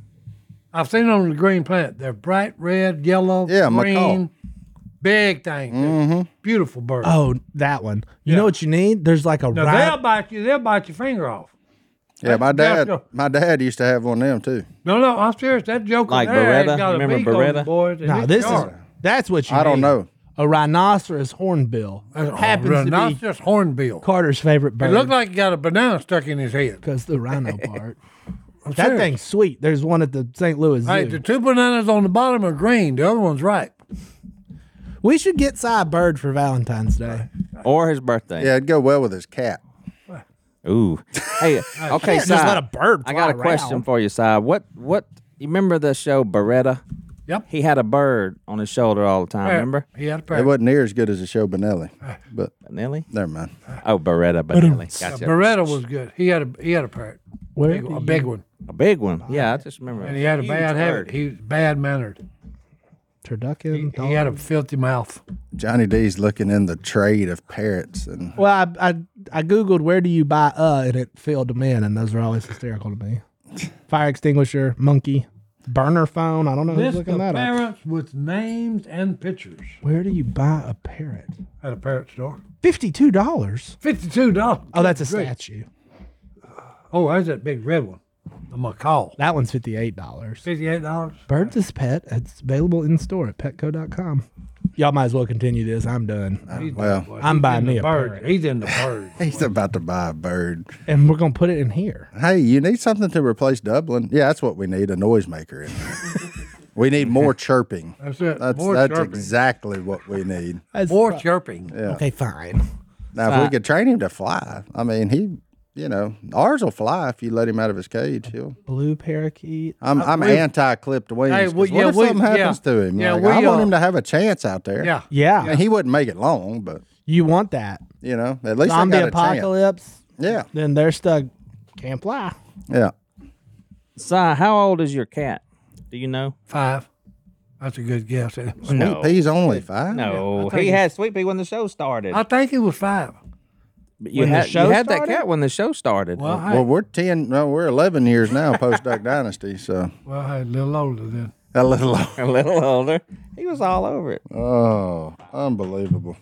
I've seen them on the green planet. They're bright red, yellow, Yeah, Mm-hmm. macaw. green, big thing. They're Beautiful bird. Uh, Oh, that one. You Yeah. know what you need? There's like a now rhi- they'll bite you. They'll bite your finger off. Yeah, my That's dad, your- my dad used to have one of them too. No, no, I'm serious. That joker Like there ain't Beretta? got a Remember beak on it, Beretta? boys. and Now it's this is dark. that's what you. I don't need. know. A rhinoceros hornbill That's a happens to rhinoceros hornbill. be Carter's favorite It looked bird like he got a banana stuck in his head. because the rhino part. I'm that serious. thing's sweet. There's one at the St. Louis Zoo. Hey, the two bananas on the bottom are green. The other one's ripe. we should get Cy a bird for Valentine's Day. Or his birthday. Yeah, it'd go well with his cat. Ooh. Hey, okay, Si. just let a bird I got a fly question around. for you, Si. What what you remember the show Beretta? Yep. He had a bird on his shoulder all the time, remember? He had a It pair. wasn't near as good as the show Benelli, but Benelli? never mind. Oh, Beretta Benelli. Gotcha. Uh, Beretta was good. He had a he had a parrot. Where Big, do a you- big one. A big one. Yeah, I just remember. And he had a Huge bad habit. bird. He was bad mannered. Turducken. He had a filthy mouth. Johnny D's looking in the trade of parrots, and well, I, I I googled where do you buy uh and it filled them in, and those are always hysterical to me. Fire extinguisher, monkey, burner phone. I don't know who's List looking of that up. parrots with names and pictures Where do you buy a parrot? at a parrot store. Fifty-two dollars. Fifty-two dollars. Oh, that's a Great. statue. Oh, there's that big red one. A macaw. That one's fifty-eight dollars. Fifty-eight dollars. Birds as pet. It's available in store at petco.com. Y'all might as well continue this. I'm done. well, I'm buying me a bird. parrot. He's in the bird. he's about to buy a bird. And we're gonna put it in here. Hey, you need something to replace Dublin? Yeah, that's what we need—a noisemaker in there. we need more chirping. That's it. That's More that's chirping. exactly what we need. That's More chirping. okay, fine. Now, if we could train him to fly, I mean, he, you know, ours will fly if you let him out of his cage. He'll. Blue parakeet. I'm I'm anti-clipped wings. Uh, Hey, 'cause well, what yeah, if we- something yeah. happens to him? Yeah, Like, we, I want uh, him to have a chance out there. Yeah. Yeah, And he wouldn't make it long, but you want that you know, at least zombie they got a chance. apocalypse? Yeah, Then they're stuck. Can't fly. yeah. Si, how old is your cat? Do you know? Five. That's a good guess. No. He's only five. No, he had Sweet Pea when the show started. I think it was five. But you when the had, show you had that started? cat when the show started. Well, I, Well, we're ten. No, we're eleven years now post Duck Dynasty. So well, I a little older then. a little. a little older. He was all over it. Oh, unbelievable!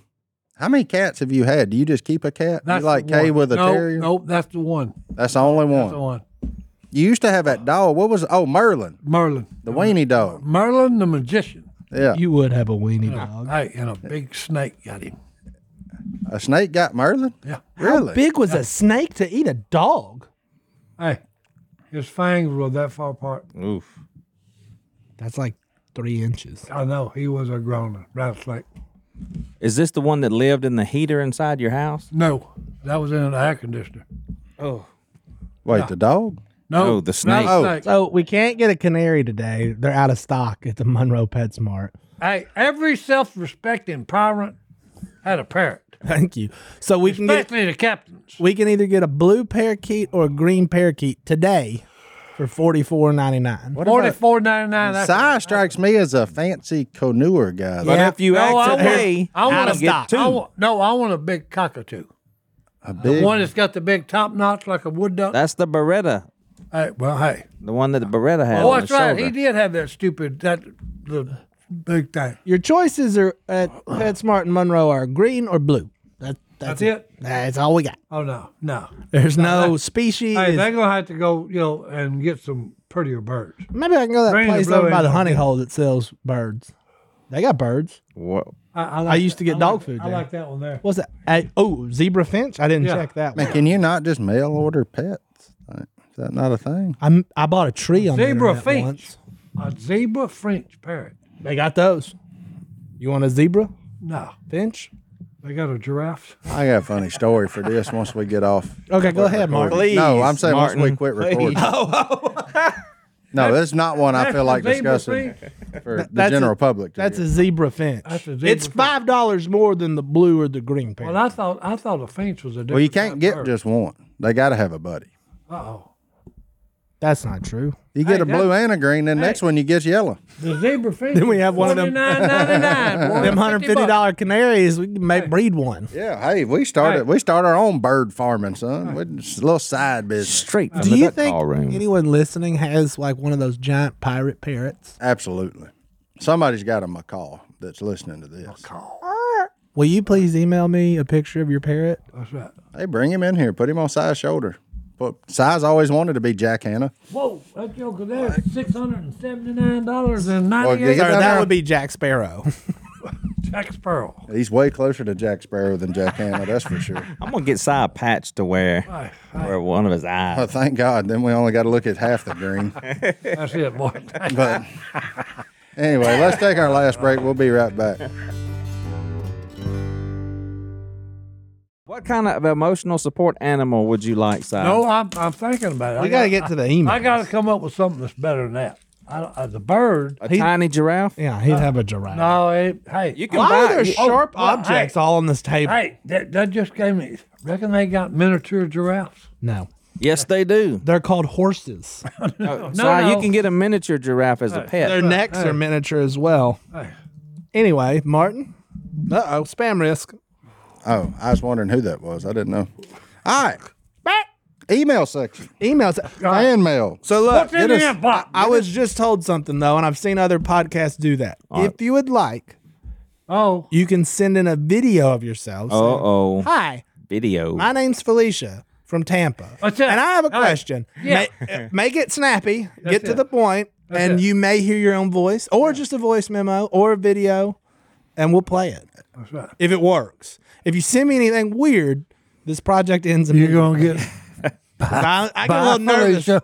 How many cats have you had? Do you just keep a cat? That's you like the one. Kay with a no, terrier? Nope, that's the one. That's the only one. That's the one. You used to have that dog. What was? Oh, Merlin, Merlin. the weenie dog. Merlin the magician. Yeah, You would have a weenie dog. Hey, and a big snake got him. a snake got Merlin. Yeah. really. Big was a snake to eat a dog. Hey, his fangs were that far apart. Oof. That's like three inches. I know he was a grown rattlesnake. Is this the one that lived in the heater inside your house? No, that was in an air conditioner. Oh. Wait, the dog? No, Oh, the snake. rattlesnake. So we can't get a canary today. They're out of stock at the Monroe Pet Smart. Hey, every self-respecting parent had a parrot, Thank you. So we can get especially the captains. we can either get a blue parakeet or a green parakeet today for forty four ninety nine. What about- Forty-four ninety-nine. that's- Si strikes me as a fancy connoisseur guy. But Yeah. if you No, I act want- today, I want out to of stock. I want, no, I want a big cockatoo. A big One that's got the big top notch like a wood duck. that's the Beretta, Hey, well, hey. the one that the Beretta had Oh, on that's his right. He shoulder. did have that stupid that the big thing. Your choices are at PetSmart and Monroe are green or blue. That, that's, That's it. That's all we got. Oh no, no. There's no species. Hey, they're gonna have to go, you know, and get some prettier birds. Maybe I can go to that Green or place blue over by the ain't honey hole that sells birds. They got birds. Whoa. I, I, like I used that- to get I dog like- food I there. like that one there. What's that? Hey, oh, zebra finch. I didn't Yeah. check that Man, one. can you not just mail order pets? Like, Is that not a thing? I'm, I bought a tree on the Zebra internet finch. once. A zebra French parrot. They got those. You want a zebra No, finch? they got a giraffe. I got a funny story for this once we get off. Okay, go ahead, Mark. no, I'm saying once we Martin, quit recording. Oh, no, this is not one I feel like That's a zebra discussing finch. for the That's a- general public. to That's hear. a zebra finch. That's a zebra it's finch. five dollars more than the blue or the green pair. Well, I thought I thought a finch was a different. well, you can't get bird. just one. They got to have a buddy. Uh oh. That's not true. You get Hey, a blue and a green, then next one you get yellow. The zebra finch. Then we have one of them- $49.99, Them boy. hundred fifty dollar canaries, we can make breed one. Yeah, hey, we started Hey. we start our own bird farming, son. We just a little side business. Straight from Do the you duck think call room. anyone listening has like one of those giant pirate parrots? Absolutely. Somebody's got a macaw that's listening to this. Will you please email me a picture of your parrot? That's right. Hey, bring him in here. Put him on size shoulder. But size always wanted to be Jack Hanna. Whoa, that joker there is six hundred and seventy nine dollars and Well, ninety you eight get cents. Or that now- would be Jack Sparrow. Jack Sparrow. He's way closer to Jack Sparrow than Jack Hanna, that's for sure. I'm gonna get Si a patch to wear Hey, where one of his Well, eyes. Oh, thank God. Then we only got to look at half the green. That's it, boy. But anyway, let's take our last break. We'll be right back. What kind of emotional support animal would you like, Si? no, I'm, I'm thinking about it. we I got to get to the email. I got to come up with something that's better than that. I, don't- uh the bird. a tiny giraffe. Yeah, Uh, he'd have a giraffe. No, it, hey, You can Why are buy- there you- sharp Oh, well, objects hey. all on this table? hey, that, that just gave me. Reckon they got miniature giraffes. No. yes, they do. They're called horses. No, no. you can get a miniature giraffe as a pet. Their necks are miniature as well. Hey. Anyway, Martin. Uh oh, spam risk. Oh, I was wondering who that was. I didn't know. All right. Email section. Emails. Fan mail. So look, What's in get the us- inbox? I was just told something though, and I've seen other podcasts do that. If you would like, Oh, you can send in a video of yourself. Uh saying, oh, Hi, video. my name's Felicia from Tampa, That's it. and I have a Hey. question. Yeah. Ma- uh, make it snappy, get to it. the point, and it. you may hear your own voice, or just a voice memo, or a video, and we'll play it that's right. if it works. If you send me anything weird, this project ends. You're immediately. gonna get. I, I get a bye, little nervous. Felicia.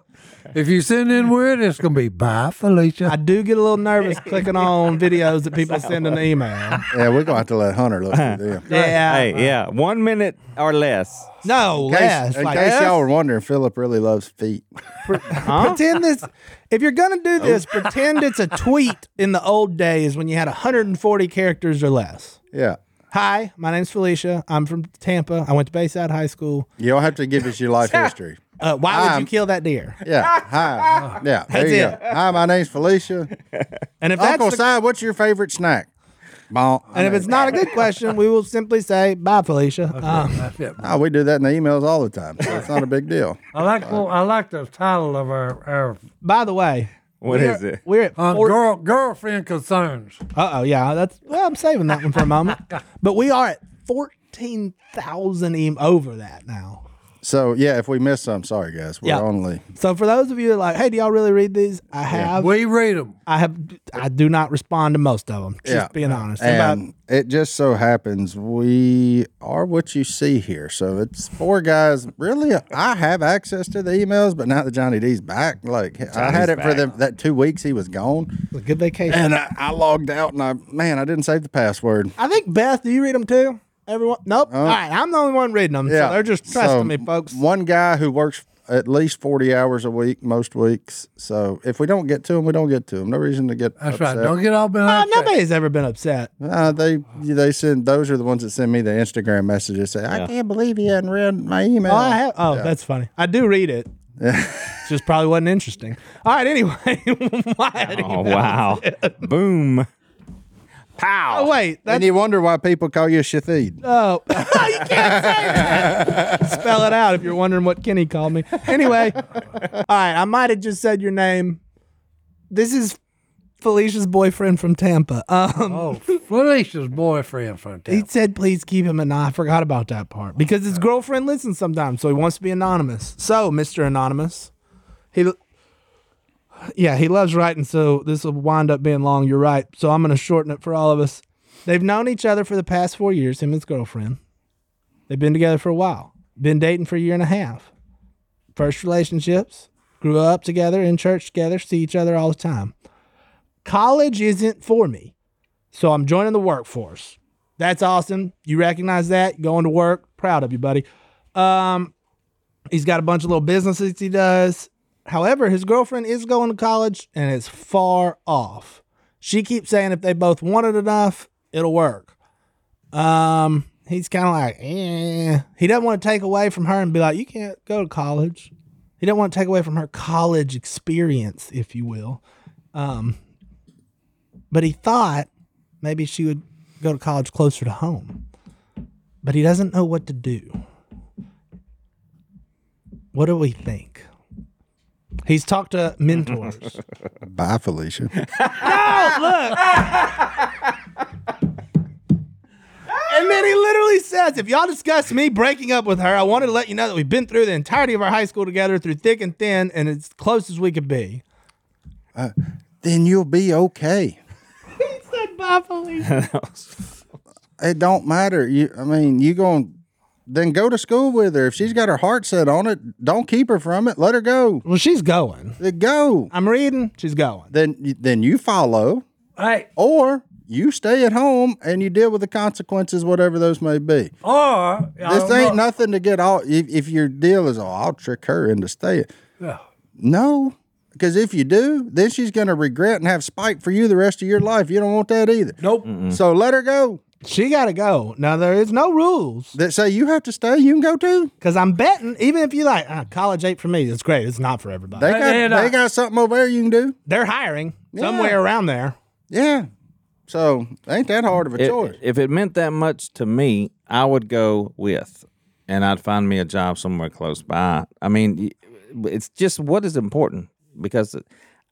If you send in weird, it's gonna be bye, Felicia. I do get a little nervous clicking on videos that people send an email. Yeah, we're going to have to let Hunter look through them. Yeah. Hey, yeah, one minute or less. No, In case, less. in like, case y'all were wondering, Philip really loves feet. pretend this. If you're gonna do this, pretend it's a tweet. In the old days, when you had 140 characters or less. Yeah. Hi, my name's Felicia. I'm from Tampa. I went to Bayside High School. You'll have to give us your life history. Uh, why would I'm- you kill that deer? Yeah. Hi. Yeah. There That's you it. go. Hi, my name's Felicia. And if Uncle that's the, Si, what's your favorite snack? Bonk. and if it's not a good question, we will simply say bye, Felicia. Um, That's it. Oh, we do that in the emails all the time. So it's not a big deal. I like well, I like the title of our our by the way, What we're, is it? We're at um, four- girl girlfriend concerns. Uh oh, yeah. That's well, I'm saving that one for a moment. But we are at fourteen thousand em over that now. So yeah, if we miss some, sorry guys. We're Yeah. only So for those of you that are like, hey, do y'all really read these? I have, We read them. I have, I do not respond to most of them. Just Yeah. being honest. About- and it just so happens we are what you see here. So it's four guys. Really, I have access to the emails, but now that Johnny D's back, like I had it for them that two weeks he was gone, it's a good vacation. and I, I logged out, and I man, I didn't save the password. I think Beth, do you read them too? Everyone? Nope. All right, I'm the only one reading them. Yeah, So they're just trusting So, me, folks. One guy who works at least forty hours a week, most weeks. So if we don't get to him, we don't get to him. No reason to get That's upset. right. Don't get all Uh, behind. nobody's ever been upset. Uh, they they send those are the ones that send me the Instagram messages say I can't believe he hadn't read my email. Oh, I have. Oh, that's funny. I do read it. It's just probably wasn't interesting. All right. Anyway, why? Oh wow! Boom! Pow! Oh wait, that's and you wonder why people call you Shathid. Oh, you can't say that. Spell it out if you're wondering what Kenny called me. Anyway, all right, I might have just said your name. This is Felicia's boyfriend from Tampa. Um, Oh, Felicia's boyfriend from he town. said, "Please keep him anonymous." I forgot about that part because his girlfriend listens sometimes, so he wants to be anonymous. So, Mister Anonymous, he, yeah, he loves writing. So this will wind up being long. You're right. So I'm going to shorten it for all of us. They've known each other for the past four years. Him and his girlfriend. They've been together for a while. Been dating for a year and a half. First relationships. Grew up together in church together. See each other all the time. College isn't for me, so I'm joining the workforce. That's awesome. You recognize that. Going to work. Proud of you, buddy. Um, he's got a bunch of little businesses he does. However, his girlfriend is going to college and it's far off. She keeps saying if they both want it enough, it'll work. Um, he's kind of like, eh. He doesn't want to take away from her and be like, you can't go to college. He doesn't want to take away from her college experience, if you will. Um, but he thought maybe she would go to college closer to home. But he doesn't know what to do. What do we think? He's talked to mentors. Bye, Felicia. and then he literally says, if y'all discuss me breaking up with her, I wanted to let you know that we've been through the entirety of our high school together through thick and thin and as close as we could be. Then you'll be okay. It don't matter. You, I mean, you going then go to school with her. If she's got her heart set on it, don't keep her from it. Let her go. Well, she's going. Then go. I'm reading. She's going. Then then you follow, Hey, or you stay at home and you deal with the consequences, whatever those may be. or uh, this ain't nothing to get all. If, if your deal is, oh, I'll trick her into staying. Yeah. No, because if you do, then she's going to regret and have spite for you the rest of your life. You don't want that either. Nope. So let her go. She got to go. Now, there is no rules That say you have to stay. You can go too. because I'm betting, even if you like, ah, college ain't for me, it's great. It's not for everybody. They Hey, got hey, they nah. got something over there you can do. They're hiring Yeah. somewhere around there. Yeah. So ain't that hard of a It- choice? if it meant that much to me, I would go with, and I'd find me a job somewhere close by. I mean, y- it's just what is important because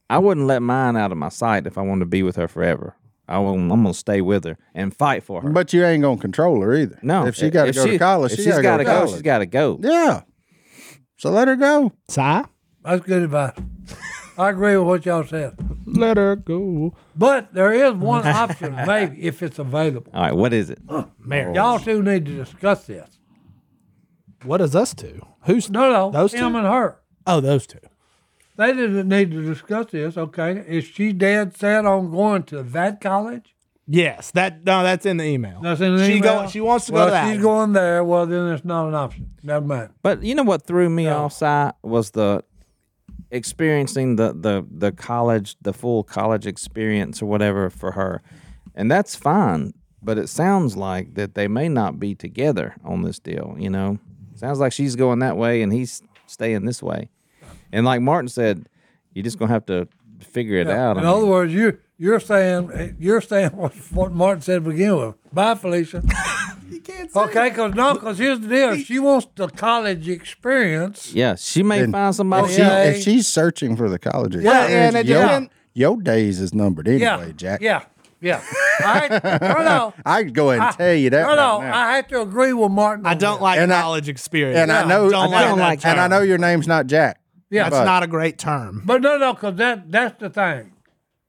I wouldn't let mine out of my sight if I wanted to be with her forever. I will, I'm gonna stay with her and fight for her. But you ain't gonna control her either. no, If she got to go she- to college, if she she's got to gotta go. college. She's got to go. yeah. So let her go. Si? That's good advice. I agree with what y'all said. Let her go. But there is one option, maybe, if it's available. All right, what is it? Marriage. Y'all two need to discuss this. What does us two? Who's No, no, Those him two? and her. Oh, those two. They didn't need to discuss this, okay? Is she dead set on going to that college? Yes, that no, that's in the email. That's in the she email? Go, she wants to well, go to that. she's one. going there. Well, then it's not an option. Never mind. But you know what threw me off side was the experiencing the the the college the full college experience or whatever for her. And that's fine, but it sounds like that they may not be together on this deal, you know. Sounds like she's going that way and he's staying this way. And like Martin said, you're just going to have to figure it out. In I other mean, words, you you're saying you're saying what, what Martin said to begin with. Bye, Felicia. You can't say Okay, because no, because here's the deal. She wants the college experience. yeah, she may Then- find somebody If, she, else. yeah. if she's searching for the college, Well, and it your, depend- your days is numbered Yeah, anyway, Jack. yeah, yeah. I no, no, I can go ahead and I- tell you that. no, right no. now. I have to agree with Martin. I on don't that. like And I- college experience. and I know, don't I like that and I term. know your name's not Jack. Yeah, that's but- not a great term. But no, no, because that that's the thing.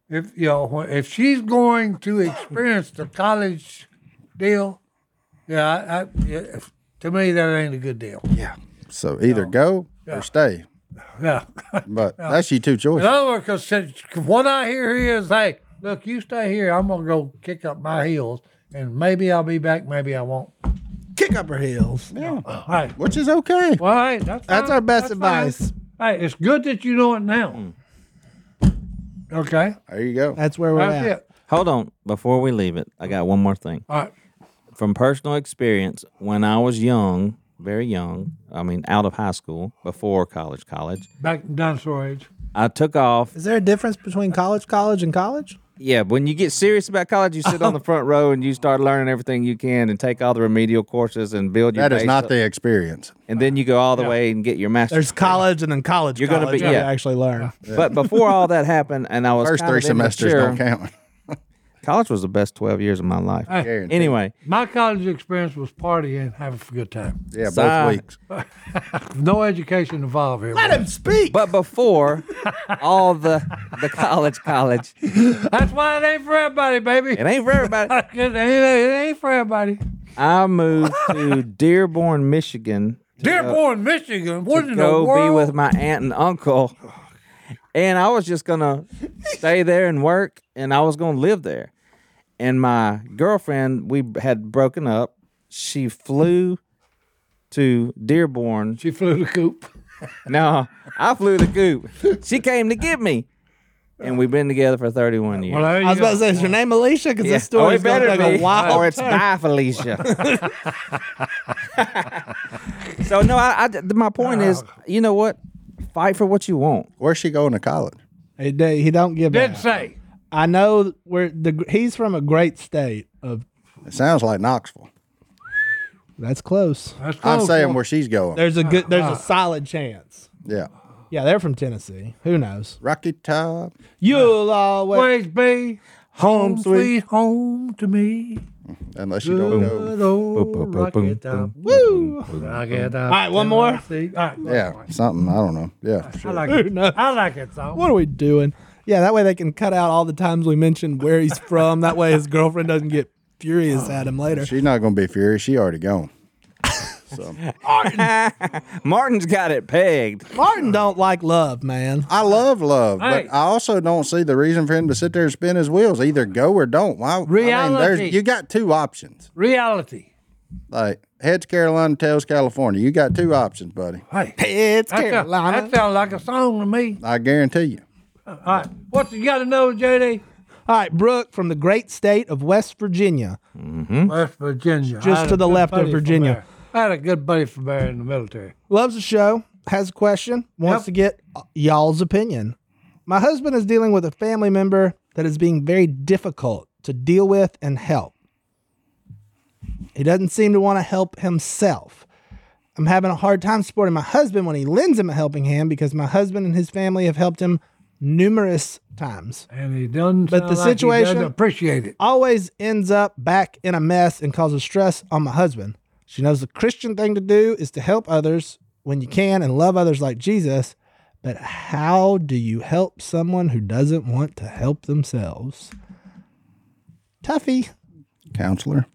If you know, when- if she's going to experience the college deal, yeah, I, I, yeah, to me that ain't a good deal. Yeah. So either go or stay. Yeah. But that's your two In choices. other words, because what I hear here is, hey, look, you stay here. I'm gonna go kick up my heels, and maybe I'll be back. Maybe I won't. Kick up her heels. All right. Which is okay. Well, hey, that's That's fine. our best fine. advice. Hey, it's good that you know it now. Okay, There you go. That's where we're that's at. it. Hold on, before we leave it, I got one more thing. All right. from personal experience, when I was young, very young, I mean, out of high school, before college, college, Back to dinosaur age. I took off. Is there a difference between college, college, and college? Yeah, when you get serious about college, you sit on the front row and you start learning everything you can and take all the remedial courses and build your That is base not up. the experience. And then you go all the way and get your master's. There's college and then college. You're gonna college, be- where you yeah. actually learn. But before all that happened, and I was First kind three of semesters immature, don't count. College was the best 12 years of my life. Guaranteed. Anyway, My college experience was partying, having a good time. Yeah, both Si- weeks. No education involved here. Let him speak. but before all the the college, college, it That's why it ain't for everybody, baby. It ain't for everybody. ain't, it ain't for everybody. I moved to Dearborn, Michigan. Dearborn, Michigan. What in the go world? be with my aunt and uncle. And I was just gonna stay there and work, and I was gonna live there. And my girlfriend, we had broken up. She flew to Dearborn. she flew the coop. No, I flew to Coop. She came to get me, and we've been together for 31 years. Well, there you I was go. about to say, is your name Alicia? Because Yeah. this story Oh, is it going better to take be, a while. or it's die, Felicia. so no, I, I- my point Oh. is, you know what? Fight for what you want. Where's she going to college? He, d- he don't give Did out. say. I know where the he's from a great state of. It sounds like Knoxville. That's close. That's I'm close. saying where she's going. There's a good. There's a solid chance. Yeah. Yeah, they're from Tennessee. Who knows? Rocky Top. You'll always. Always be Home sweet home to me. Unless you don't know. Good old Rocky Top. Woo! Rocky Top. All right, one more. All right, Yeah, something. I don't know. Yeah. I like it. I like it, song. What are we doing? Yeah, that way they can cut out all the times we mentioned where he's from. That way his girlfriend doesn't get furious at him later. She's not going to be furious. She already gone. So Martin's got it pegged. Martin don't like love, man. I love love, Hey. but I also don't see the reason for him to sit there and spin his wheels. Either go or don't. Why? I mean, there's, Reality. you got two options. Reality. Like heads Carolina, tails California. You got two options, buddy. Hey, It's that, sound- Carolina. that sounds like a song to me. I guarantee you. All right, what you got to know, JD? All right, Brooke from the great state of West Virginia. West Virginia. I Hmm? Just had to a the good left of buddy from Virginia. there. I had a good buddy from there in the military. Loves the show, has a question, wants Yep. to get uh, y'all's opinion. My husband is dealing with a family member that is being very difficult to deal with and help. He doesn't seem to want to help himself. I'm having a hard time supporting my husband when he lends him a helping hand because my husband and his family have helped him numerous times. And he doesn't But the sound like he situation- doesn't appreciate it. always ends up back in a mess and causes stress on my husband. She knows the Christian thing to do is to help others when you can and love others like Jesus. But how do you help someone who doesn't want to help themselves? Tuffy. Counselor.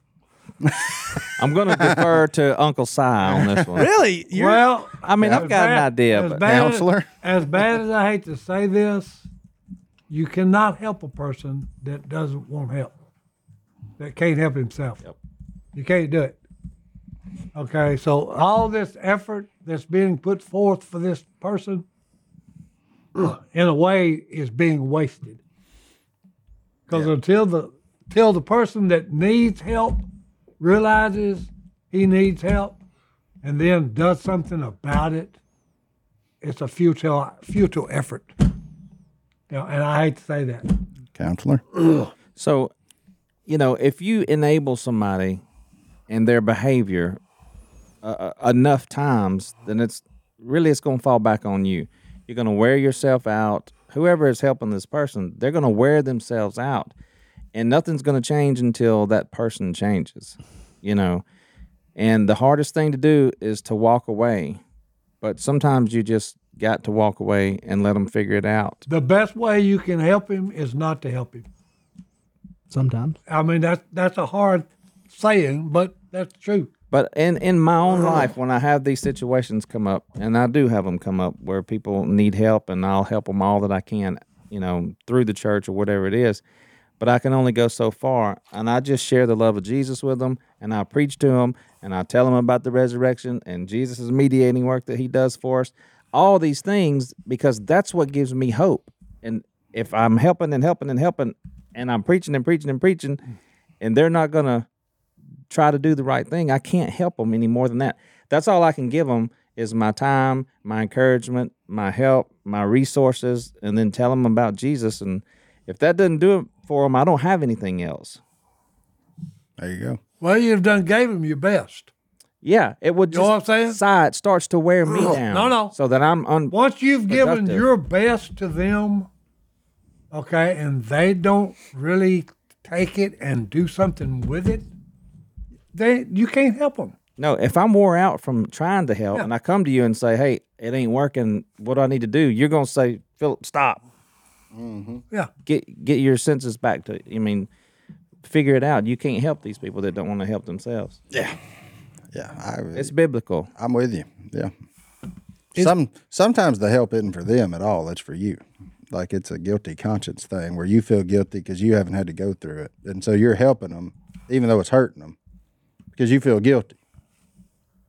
I'm going to defer to Uncle Si on this one. Really? You're, Well, I mean, I've as got an bad- idea, as but bad as- Counselor? As, bad as I hate to say this, you cannot help a person that doesn't want help, that can't help himself. You can't do it. Okay, so all this effort that's being put forth for this person, in a way, is being wasted. Because until the till the person that needs help realizes he needs help, and then does something about it, it's a futile futile effort. You know, and I hate to say that. Counselor. So, you know, if you enable somebody and their behavior uh, uh, enough times, then it's really it's going to fall back on you. You're going to wear yourself out. Whoever is helping this person, they're going to wear themselves out, and nothing's going to change until that person changes. You know, and the hardest thing to do is to walk away, but sometimes you just got to walk away and let them figure it out. The best way you can help him is not to help him. sometimes. I mean that's that's a hard saying, but that's true. But in in my own life, when I have these situations come up, and I do have them come up where people need help, and I'll help them all that I can, you know, through the church or whatever it is. But I can only go so far, and I just share the love of Jesus with them, and I preach to them, and I tell them about the resurrection and Jesus' mediating work that He does for us. All these things because that's what gives me hope. And if I'm helping and helping and helping, and I'm preaching and preaching and preaching, and they're not gonna try to do the right thing. I can't help them any more than that. That's all I can give them is my time, my encouragement, my help, my resources, and then tell them about Jesus. And if that doesn't do it for them, I don't have anything else. There you go. Well, you've done gave him your best. Yeah, it would You know just what I'm saying? side starts to wear me down. No, no. So that I'm un- Once you've given Productive. your best to them, okay, and they don't really take it and do something with it, they you can't help them. no. If I'm wore out from trying to help, and I come to you and say, "Hey, it ain't working. What do I need to do?" You're gonna say, "Philip, stop. Mm-hmm. Yeah. Get get your senses back to. I mean, figure it out. You can't help these people that don't want to help themselves." Yeah, I, It's biblical. I'm with you. Yeah. Some sometimes the help isn't for them at all. It's for you. Like it's a guilty conscience thing where you feel guilty because you haven't had to go through it, and so you're helping them, even though it's hurting them, because you feel guilty.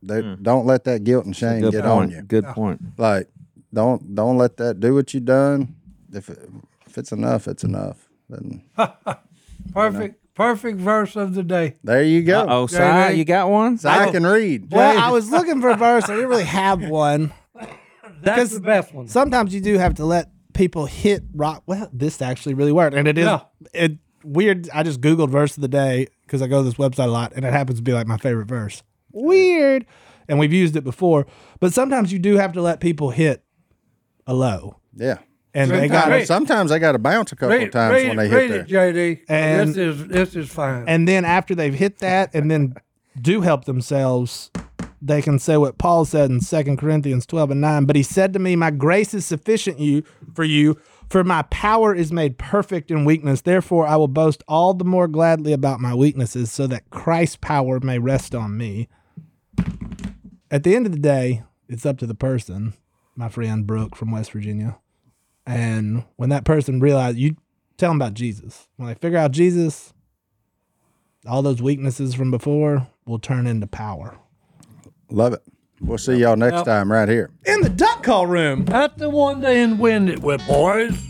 They, Don't let that guilt and shame Good get on point. you. Good point. Like, don't don't let that do what you done. If it, if it's enough, it's enough. Then Perfect perfect verse of the day. there you go. Oh, Si, you got one? So I can read. Well, I was looking for a verse. I didn't really have one. That's the best one. Sometimes you do have to let people hit rock. Well, this actually really worked, and it is Yeah. it weird. I just googled verse of the day because I go to this website a lot, and it happens to be like my favorite verse. Weird, and we've used it before, but sometimes you do have to let people hit a low Yeah. and they Got got it. Sometimes they got to bounce a couple Read, times read, when they read hit it, there. JD. And- this is this is fine. and then after they've hit that and then do help themselves they can say what paul said in 2 corinthians 12 and 9 but he said to me my grace is sufficient you for you for my power is made perfect in weakness therefore i will boast all the more gladly about my weaknesses so that christ's power may rest on me at the end of the day it's up to the person my friend brooke from west virginia and when that person realizes you tell them about jesus when they figure out jesus all those weaknesses from before will turn into power. Love it. We'll see y'all next time right here. In the duck call room. That's the one they invented with boys.